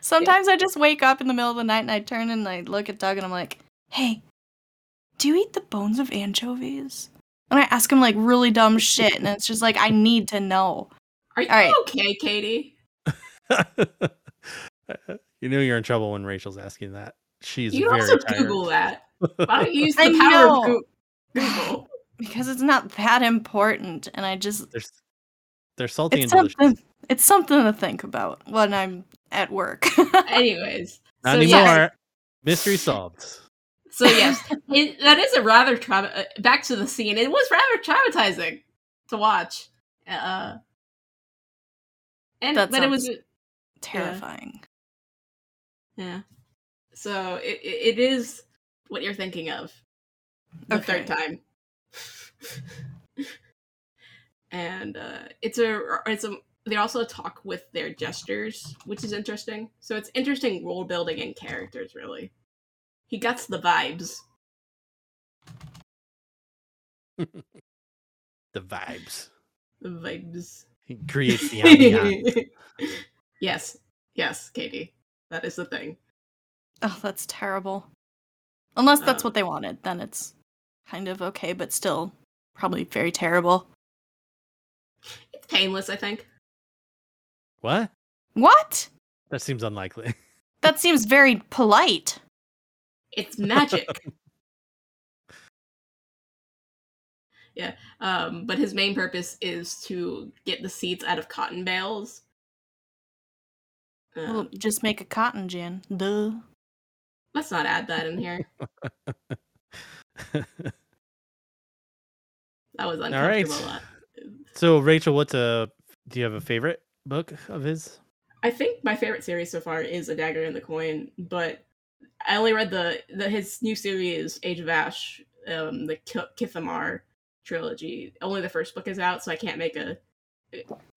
S3: sometimes I just wake up in the middle of the night and I turn and I look at Doug and I'm like, "Hey, do you eat the bones of anchovies?" And I ask him like really dumb shit, and it's just like I need to know.
S2: Are you
S3: All right.
S2: okay, Katie?
S4: [LAUGHS] you know you're in trouble when Rachel's asking that. She's
S2: you can
S4: very
S2: also
S4: tired.
S2: Google that. Why don't you use the
S3: I
S2: power
S3: know.
S2: of Goo- Google?
S3: [LAUGHS] because it's not that important and i just
S4: [LAUGHS] They're, s- they're salty
S3: it's
S4: and delicious.
S3: something it's something to think about when i'm at work [LAUGHS]
S2: Anyways,
S4: Not
S2: so
S4: anymore.
S2: yeah.
S4: Mystery solved.
S2: So yes, it, that is a rather trauma. uh, Back to the scene, it was rather traumatizing to watch. Uh, and
S3: That
S2: but it was
S3: terrifying
S2: yeah. So it it it is what you're thinking of the
S3: Okay.
S2: third time. and uh, it's a it's a they also talk with their gestures, which is interesting. So it's interesting role building and characters really. He gets the vibes.
S4: The vibes.
S2: The vibes.
S4: He creates
S2: [LAUGHS]
S4: the ambiance.
S2: yes, yes, Katie, that is the thing.
S3: oh that's terrible unless that's
S2: Uh.
S3: what they wanted then it's kind of okay but still probably very terrible
S2: It's painless, I think.
S4: what?
S3: what
S4: That seems unlikely. [LAUGHS]
S3: that seems very polite
S2: It's
S4: [LAUGHS]
S2: magic. yeah, um, but his main purpose is to get the seeds out of cotton bales.
S3: Well,
S2: Um,
S3: just make a cotton gin duh
S2: let's not add that in
S4: [LAUGHS]
S2: here. That was
S4: All right.
S2: uncomfortable. uh,
S4: so Rachel, what's a do you have a favorite book of his?
S2: I think my favorite series so far is A Dagger in the Coin, but I only read the, the his new series Age of Ash, um, the Ki- Kithamar trilogy. Only the first book is out, so I can't make a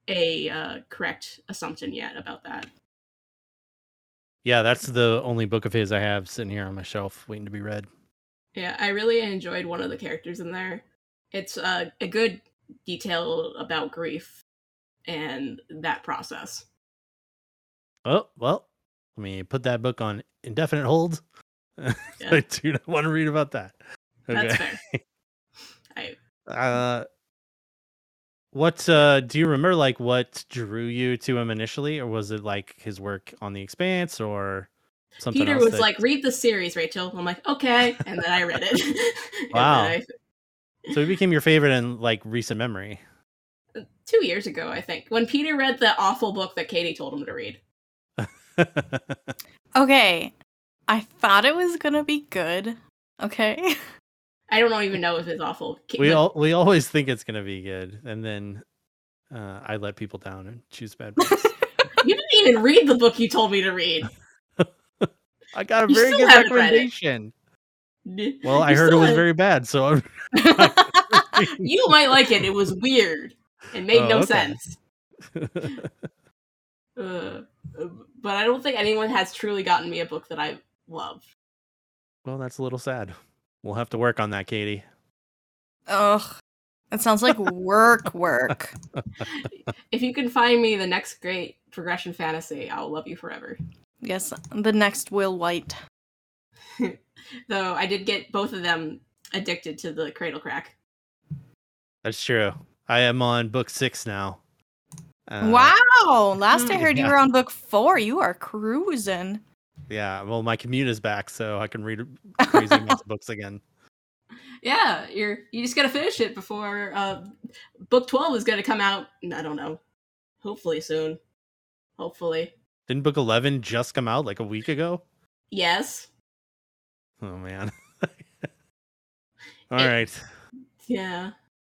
S2: a uh, correct assumption yet about that.
S4: Yeah, that's the only book of his I have sitting here on my shelf waiting to be read.
S2: Yeah, I really enjoyed one of the characters in there. It's uh, a good detail about grief and that process.
S4: Oh, well, let me put that book on indefinite hold. [LAUGHS] I do not want to read about that. [LAUGHS]
S2: That's fair. I
S4: Uh, what uh, do you remember? Like, what drew you to him initially, or was it like his work on The Expanse or something?
S2: Peter
S4: else
S2: was
S4: that-
S2: like, "Read the series, Rachel." I'm like, "Okay," and then I read it. [LAUGHS] And then
S4: Wow.
S2: I-
S4: so he became your favorite in like recent memory. [LAUGHS]
S2: two years ago, I think, when Peter read the awful book that Katie told him to read.
S3: okay i thought it was gonna be good okay [LAUGHS]
S2: I don't even know if it's awful. K-
S4: we
S2: but-
S4: all we always think it's gonna be good, and then uh, I let people down and choose bad books.
S2: you didn't even read the book you told me to read.
S4: I got a
S2: [LAUGHS] You
S4: very
S2: still
S4: good
S2: haven't read it.
S4: recommendation. [LAUGHS] Well, I
S2: You
S4: heard it
S2: still
S4: was
S2: have-
S4: very bad, so I'm
S2: [LAUGHS] You might like it. It was weird. It made
S4: Oh,
S2: no
S4: okay.
S2: sense. Uh, but I don't think anyone has truly gotten me a book that I love.
S4: [LAUGHS] well. That's a little sad. We'll have to work on that, Katie.
S3: Ugh. That sounds like work, work.
S2: If you can find me the next great progression fantasy, I'll love you forever.
S3: Yes, the next Will White.
S2: Though I did get both of them addicted to the cradle crack.
S4: That's true. I am on book six now. Uh,
S3: wow. Last I
S2: hmm,
S3: heard you
S4: yeah.
S3: were on book four. You are cruising.
S4: Yeah, well, my commute is back, so I can read [LAUGHS] crazy amounts of books again.
S2: Yeah, you're you just gotta finish it before uh, book twelve is gonna come out. I don't know. Hopefully soon. Hopefully,
S4: Didn't book eleven just come out like a week ago?
S2: yes.
S4: Oh man! [LAUGHS] All
S2: It-
S4: right,
S2: Yeah.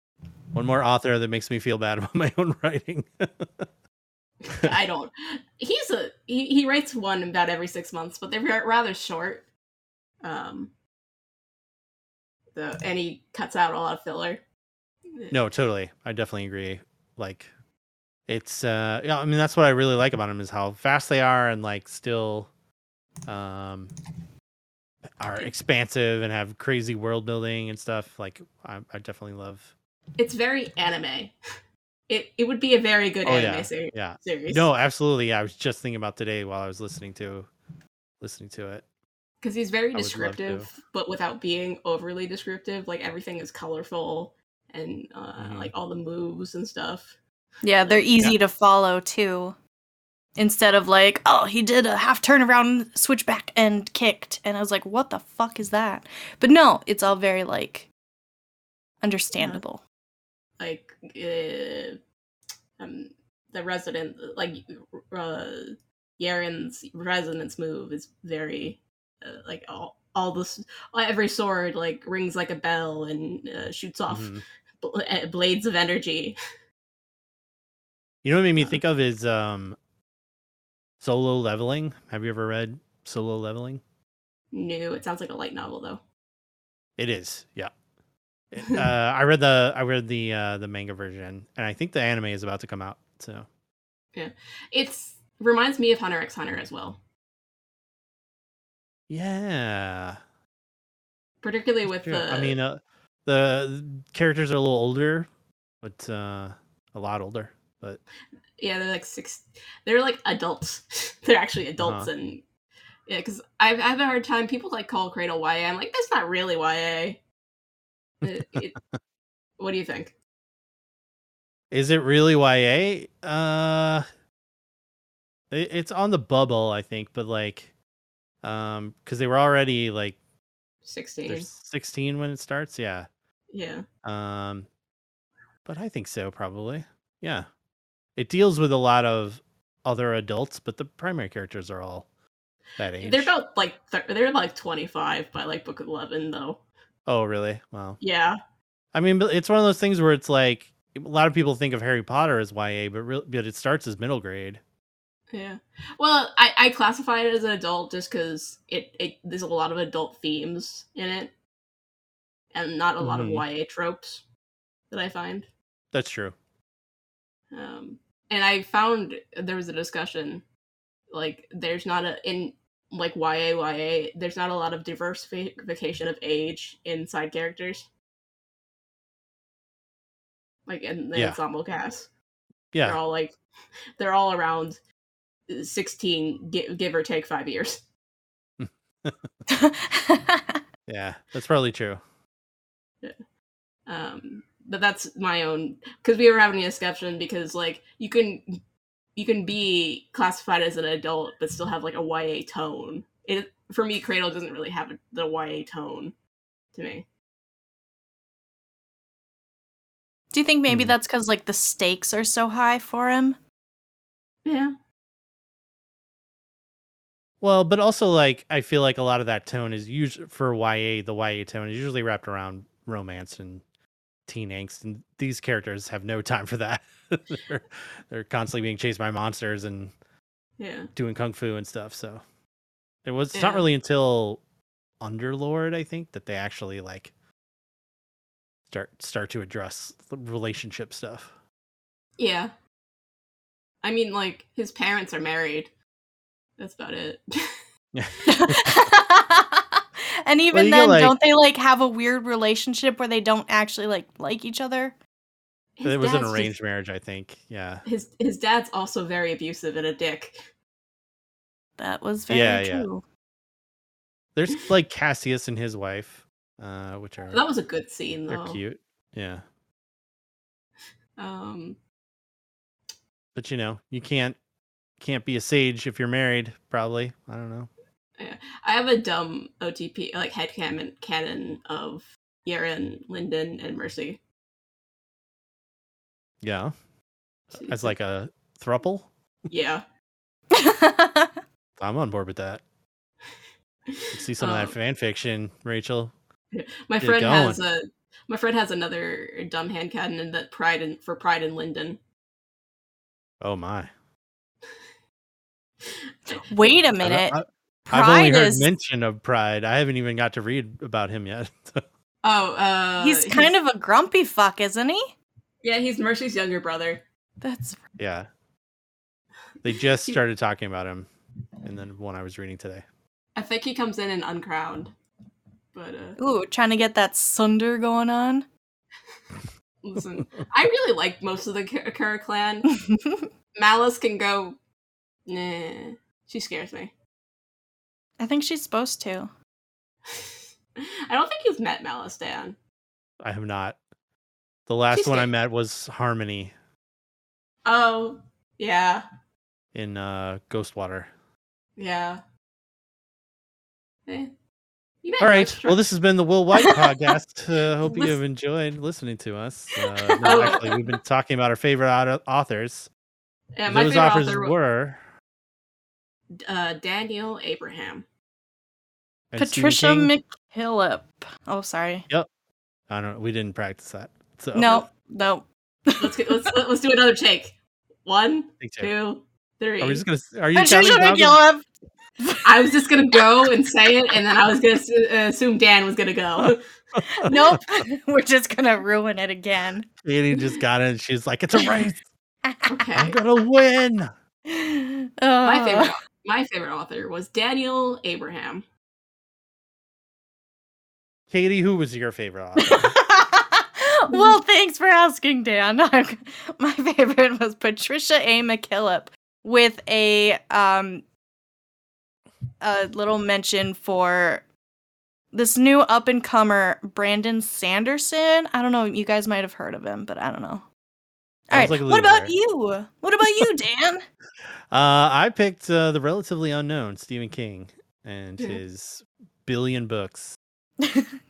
S4: [LAUGHS] one more author that makes me feel bad [LAUGHS] about my own writing. [LAUGHS]
S2: I don't. He's a he, he writes one about every six months, but they're ra- rather short. Um, the and he cuts out a lot of filler.
S4: No, totally. I definitely agree. Like it's uh yeah, I mean that's what I really like about them is how fast they are and like still um are expansive and have crazy world building and stuff. Like I, I definitely love
S2: It's very anime. [LAUGHS] It it would be a very good
S4: Oh,
S2: anime
S4: yeah.
S2: ser-
S4: yeah.
S2: series.
S4: No, absolutely. I was just thinking about today while I was listening to listening to it.
S2: because he's very
S4: I would love to.
S2: descriptive, but without being overly descriptive. Like everything is colorful and uh,
S4: Mhm.
S2: like all the moves and stuff.
S3: [LAUGHS] Yeah, they're easy to follow too. Instead of like, oh, he did a half turnaround, switch back, and kicked, and I was like, what the fuck is that? But no, it's all very like understandable.
S2: Like uh, um, the resident, like uh, Yaren's resonance move is very uh, like all all the s- every sword like rings like a bell and uh, shoots off
S4: Mhm.
S2: bl- uh, blades of energy.
S4: You know what made me
S2: Uh,
S4: think of is um solo leveling. Have you ever read solo leveling?
S2: New. It sounds like a light novel though.
S4: It is, yeah. It-
S2: [LAUGHS]
S4: uh, I read the I read the uh, the manga version, and I think the anime is about to come out. So
S2: It's reminds me of Hunter X Hunter as well.
S4: yeah,
S2: particularly with
S4: Sure.
S2: the
S4: I mean uh, the characters are a little older, but uh, a lot older. But
S2: yeah they're like six they're like adults [LAUGHS] they're actually adults and yeah because I've, I have a hard time people like call cradle ya i'm like that's not really ya It- it- what do you think
S4: is it really YA? Uh, it, it's on the bubble, I think. But like, um, because they were already like
S2: 16
S4: they're 16 when it starts. Yeah.
S2: yeah
S4: Um, but I think so, probably. Yeah. It deals with a lot of other adults, but the primary characters are all that age.
S2: they're about like thir- they're like 25 by like book 11 though
S4: oh, really? Wow.
S2: yeah
S4: I mean, but it's one of those things where it's like a lot of people think of Harry Potter as YA, but real, but it starts as middle grade.
S2: yeah well i i classify it as an adult just because it, it there's a lot of adult themes in it and not a lot
S4: Mhm.
S2: of ya tropes that i find
S4: That's true.
S2: Um, and I found there was a discussion, like there's not a in like YA YA there's not a lot of diversification of age in side characters, like in the
S4: Yeah.
S2: ensemble cast. They're
S4: Yeah.
S2: all like [LAUGHS] they're all around sixteen, give, give or take five years.
S4: Yeah. That's probably true.
S2: um but that's my own because we were having a discussion because like you can you can be classified as an adult but still have like a ya tone it for me cradle doesn't really have the ya tone to me
S3: [LAUGHS] Do you think maybe
S4: Hmm.
S3: that's because like the stakes are so high for him?
S2: yeah
S4: Well, but also like I feel like a lot of that tone is usually for YA. The YA tone is usually wrapped around romance and teen angst, and these characters have no time for that. [LAUGHS] they're, they're constantly being chased by monsters and
S2: yeah
S4: doing kung fu and stuff. So it was it's not
S2: Yeah.
S4: really until Underlord, I think, that they actually like start start to address the relationship
S2: [LAUGHS]
S4: stuff.
S2: yeah i mean like his parents are married that's about it [LAUGHS]
S3: [LAUGHS] and even
S4: you get,
S3: then,
S4: like-
S3: don't they like have a weird relationship where they don't actually like like each other?
S2: his
S4: it was an
S2: dad's just-
S4: arranged marriage, I think. Yeah.
S2: his his dad's also very abusive and a dick
S3: That was very
S4: Yeah, yeah.
S3: true. [LAUGHS]
S4: There's like Cassius and his wife, uh, which are
S2: that was a good scene
S4: They're
S2: though
S4: cute. Yeah.
S2: um
S4: But you know, you can't can't be a sage if you're married, probably. I don't know.
S2: I have a dumb OTP like head canon, canon of Yaren, Linden, and Mercy.
S4: Yeah. As like a thruple.
S2: [LAUGHS] yeah.
S4: I'm on board with that. Let's see some of
S2: Um,
S4: that fan fiction, Rachel.
S2: My
S4: Get
S2: friend has a my friend has another dumb hand canon that Pride and for Pride and Linden.
S4: Oh my.
S3: Wait a
S4: I don't-
S3: minute.
S4: I, have
S3: Pride
S4: only heard
S3: is
S4: mention of Pride. I haven't even got to read about him yet. [LAUGHS]
S2: Oh, uh,
S3: he's kind of a grumpy fuck, isn't he?
S2: yeah. He's Mercy's younger brother.
S3: That's
S4: Yeah. They just started talking about him and then one I was reading today.
S2: I think he comes in and uncrowned, but uh,
S3: ooh, trying to get that sunder going on. [LAUGHS]
S2: listen, I really like most of the Kara Kara clan. Malice can go. Nah, she scares me. [LAUGHS]
S3: I think she's supposed to.
S2: I don't think you've met Malice, Dan.
S4: I have not. The last
S2: She's
S4: one I
S2: good.
S4: met was Harmony
S2: Oh, yeah,
S4: in uh Ghostwater.
S2: yeah. Eh. You met
S4: All right.
S2: Mercy-
S4: Well, this has been the Will
S2: [LAUGHS]
S4: White podcast. Uh, hope
S2: Listen-
S4: you
S2: Oh.
S4: have enjoyed listening to us.
S2: [LAUGHS]
S4: Uh, no, actually, we've been talking about our favorite au- authors.
S2: yeah, my
S4: Those
S2: favorite
S4: authors
S2: author was
S4: were
S2: uh, Daniel Abraham.
S4: and uh, Stephen
S3: Patricia
S4: King.
S3: McKillop. Oh, sorry.
S4: I don't. We didn't practice that. So
S3: No, no.
S2: Let's get, let's let's do another take. One,
S4: Me too.
S2: two, three.
S4: Are we just gonna? s- Are you counting
S3: Patricia
S4: down the-
S3: McKillop.
S2: I was just gonna go and say it, and then I was gonna assu- uh, assume Dan was gonna go.
S3: Nope. [LAUGHS] We're just gonna ruin it again. [LAUGHS]
S4: Katie just got it. And she's like,
S2: [LAUGHS]
S4: "It's a race. [LAUGHS] I'm
S2: Okay.
S4: gonna win."
S2: My
S3: Uh,
S4: [LAUGHS]
S2: favorite, au- my favorite author was Daniel Abraham.
S4: Katie, who was
S2: [LAUGHS]
S4: your favorite author?
S3: [LAUGHS] well, thanks for asking, Dan. [LAUGHS] I'm- My favorite was Patricia A. McKillop with a um a little mention for this new up and comer Brandon Sanderson. I don't know. You guys might have heard of him, but I don't know. All right.
S4: Sounds like a
S3: what about
S4: loser.
S3: you? What about you, Dan?
S4: Uh, I picked uh, the relatively unknown Stephen King and
S2: Yeah.
S4: his billion books,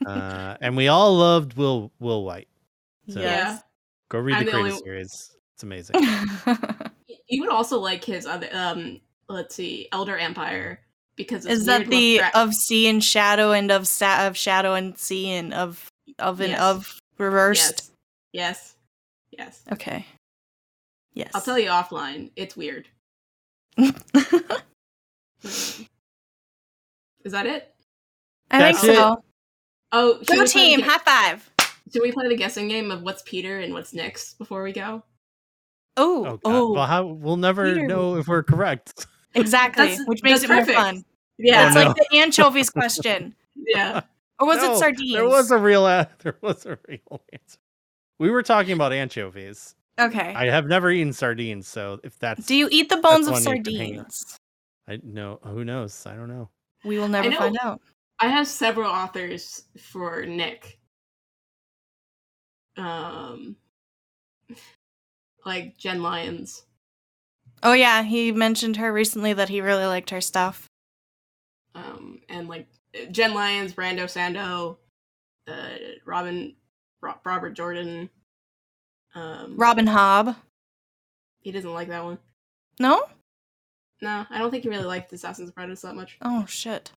S4: uh, and we all loved Will Will White. So-
S2: Yeah.
S4: Go read
S2: I'm
S4: the
S2: the
S4: Crazy
S2: only-
S4: series. It's amazing.
S3: [LAUGHS] Oh, Yes. [LAUGHS]
S2: You would also like his other, um, let's see, Elder Empire because it's
S3: Is that
S2: weird
S3: the
S2: with
S3: of sea and shadow and of sa- of shadow and sea and of of and
S2: Yes.
S3: of reversed?
S2: yes, yes.
S3: Okay. Yes.
S2: I'll
S3: [LAUGHS]
S2: tell you offline. It's weird. Is that it?
S3: I think
S4: That's it.
S3: so.
S2: Oh, should
S3: Go
S2: we play the
S3: team!
S2: gu-
S3: High five!
S2: should we play the guessing game of what's Peter and what's Nick's before we go?
S3: Oh,
S4: Oh, God.
S3: oh,
S4: well, [LAUGHS] how we'll never
S3: Peter.
S4: know if we're correct. [LAUGHS]
S3: exactly.
S2: That's-
S3: Which makes it
S2: that's
S3: more
S2: perfect.
S3: fun.
S2: Yeah, [LAUGHS]
S3: It's
S4: Oh,
S3: like the anchovies
S4: [LAUGHS]
S3: question,
S2: yeah.
S3: or was
S4: No,
S3: it sardines?
S4: There was a real. a- [LAUGHS] there was a real answer. We were talking about anchovies.
S3: okay.
S4: I have never eaten sardines, so if that's
S3: Eh. Do you eat the bones of
S4: one you can hang on.
S3: sardines?
S4: I know who knows. I don't know.
S3: We will never
S2: know.
S3: find out.
S2: I have several authors for Nick. Um, like Jen Lyons.
S3: Oh yeah, he mentioned her recently that he really liked her stuff.
S2: Um, and like Jen Lyons, Brando Sando, uh, Robin, Ro- Robert Jordan. Um,
S3: Robin Hobb.
S2: He doesn't like that one.
S3: No?
S2: No, I don't think he really liked Assassin's Apprentice that much.
S3: Oh shit.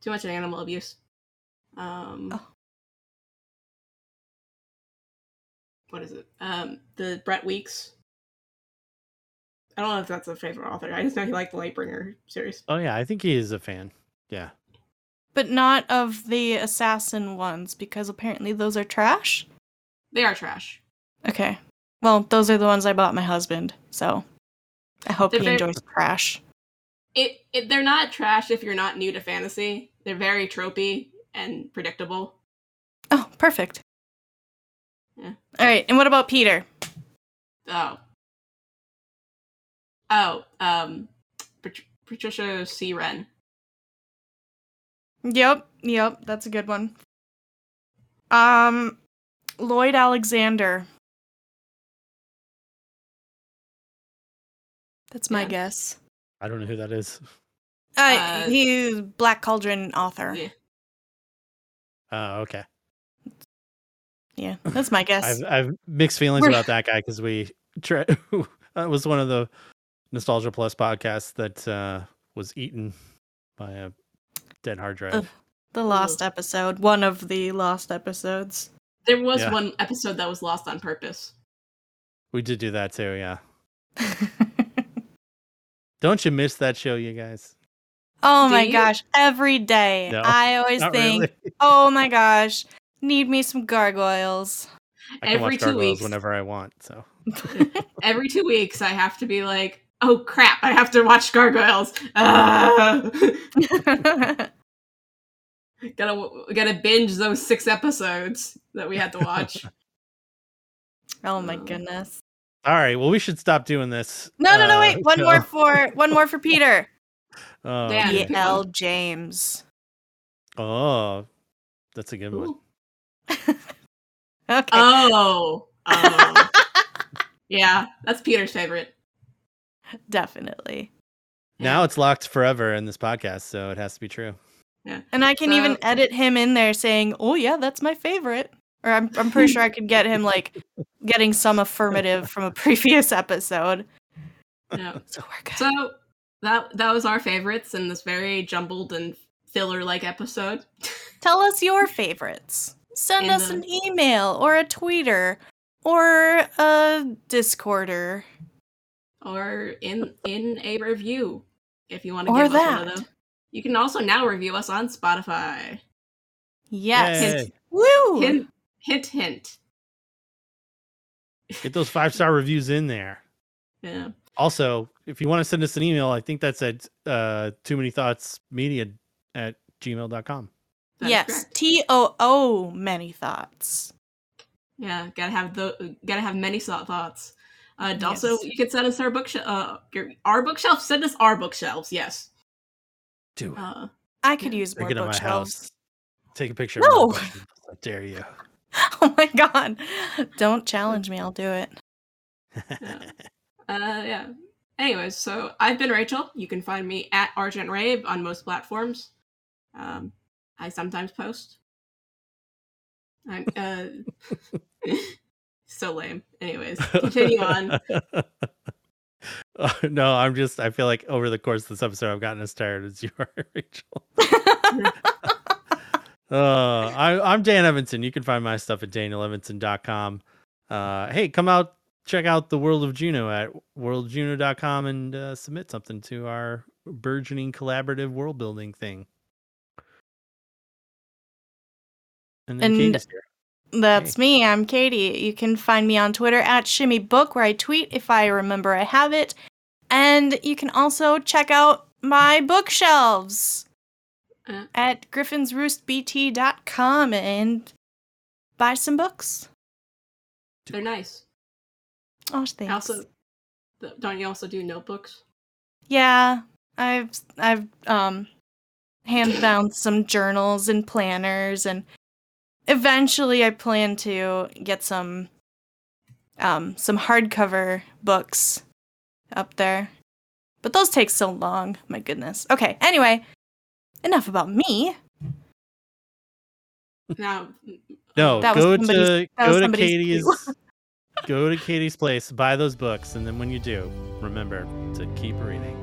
S2: Too much animal abuse. Um,
S3: Oh.
S2: what is it? Um, the Brett Weeks. I don't know if that's a favorite author. I just know he liked the Lightbringer series.
S4: Oh yeah, I think he is a fan. Yeah.
S3: But not of the assassin ones because apparently those are trash.
S2: They are trash.
S3: Okay. Well, those are the ones I bought my husband, so I hope
S2: They're
S3: he
S2: very-
S3: enjoys trash.
S2: It, it they're not trash if you're not new to fantasy. They're very tropey and predictable.
S3: Oh, perfect.
S2: Yeah.
S3: All right, and what about Peter?
S2: Oh. Oh, um, Pat- Patricia C. Wren.
S3: Yep, yep, that's a good one. Um, Lloyd Alexander. That's my
S2: Yeah.
S3: guess.
S4: I don't know who that is. [LAUGHS]
S3: Uh,
S2: Uh,
S3: he's Black Cauldron author.
S2: Yeah.
S3: Yeah,
S4: Uh, okay.
S3: that's my guess.
S4: I've, I've mixed feelings
S3: We're-
S4: about that guy because we try. [LAUGHS] that was one of the Nostalgia Plus podcasts that uh, was eaten by a dead hard drive.
S3: Ugh. the lost episode, one of the
S2: [LAUGHS]
S3: lost episodes.
S2: There was
S4: Yeah.
S2: one episode that was lost on purpose.
S4: We did do that too. Yeah. Don't you miss that show, you guys?
S3: Oh
S2: Do
S3: my
S2: you?
S3: gosh, every day.
S4: No, [LAUGHS]
S3: I always
S4: Not
S3: think,
S4: really.
S3: oh my gosh, Need me some gargoyles. [LAUGHS]
S4: I can
S2: Every
S4: watch
S2: two
S4: Gargoyles
S2: weeks.
S4: whenever I want. So
S2: Every two weeks, I have to be like, oh crap, I have to watch Gargoyles. [LAUGHS] Ah!
S3: Oh
S2: gotta gotta binge those six episodes that we had to watch.
S3: oh my
S2: Um,
S3: goodness.
S4: all right, well we should stop doing this.
S3: No, no, no,
S4: uh,
S3: wait. One
S4: so- [LAUGHS]
S3: more for one
S2: [LAUGHS]
S3: more for Peter.
S4: Oh,
S2: Yeah.
S4: okay.
S3: E.L. James.
S4: Oh, that's a good one.
S2: Ooh.
S3: Okay.
S2: Oh, oh, yeah, that's Peter's favorite.
S3: Definitely.
S4: Now it's locked forever in this podcast, so it has to be true.
S3: And I can even
S2: So-
S3: edit him in there saying, "Oh yeah, that's my favorite." Or I'm I'm pretty sure I could get him like getting some affirmative from a [LAUGHS] previous episode.
S2: No.
S3: So we're good.
S2: So that that was our favorites in this very jumbled and filler like episode. [LAUGHS]
S3: Tell us your favorites. Send
S2: And,
S3: us
S2: uh,
S3: an email or a tweeter or a discorder.
S2: or in in a review if you want to
S3: Or
S2: give us one
S3: that.
S2: of them. You can also now review us on Spotify.
S3: Yes.
S4: Yay.
S3: Woo!
S2: Hint, hint, hint.
S4: Get those five star reviews in there.
S2: Yeah.
S4: Also, if you want to send us an email, I think that's at uh, too many thoughts media at gmail.com.
S2: that is
S3: yes.
S2: correct.
S3: T O O many thoughts.
S2: Yeah. Gotta have the gotta have many so- thoughts. Uh, and Also,
S3: Yes.
S2: you can send us our bookshelf. Uh, your, our bookshelf. Send us our bookshelves. Yes.
S4: Do it.
S2: Uh,
S3: I could
S2: Yeah.
S3: use more
S4: Break it at my
S3: bookshelves.
S4: house. Take a picture.
S3: No.
S4: Of my bookshelf. I
S3: [LAUGHS]
S4: dare you.
S3: Oh my god. Don't challenge me, I'll do it.
S2: uh, yeah. Anyways, so I've been Rachel. You can find me at Argent Rave on most platforms. Um, I sometimes post. I'm uh, [LAUGHS] so lame. Anyways, continue
S3: [LAUGHS]
S2: on.
S4: Uh, [LAUGHS] no, I'm just. I feel like over the course of this episode, I've gotten as tired as you are, [LAUGHS]
S2: [LAUGHS]
S4: Rachel. Uh, I, I'm Dan Evanson. You can find my stuff at danelevinson.com. Uh, hey, come out, check out the World of Juno at worldjuno.com and uh, submit something to our burgeoning collaborative world building thing. And then
S3: And-
S4: Katie's here.
S3: That's me. I'm Katie. You can find me on Twitter at Shimmy Book, where I tweet if I remember I have it. And you can also check out my bookshelves
S2: Uh.
S3: at griffinsroostbt.com and buy some books.
S2: They're nice.
S3: Oh, thanks.
S2: Also, th- don't you also do notebooks?
S3: yeah, I've I've um hand bound some journals and planners, and eventually I plan to get some um some hardcover books up there. But those take so long. My goodness. Okay. Anyway, enough about me.
S2: Now,
S4: No,
S3: That was
S4: go
S3: somebody's-
S4: to
S3: that was
S4: go to
S3: somebody's
S4: Katie's
S3: cue. [LAUGHS]
S4: go to Katie's place, buy those books, and then when you do, remember to keep reading.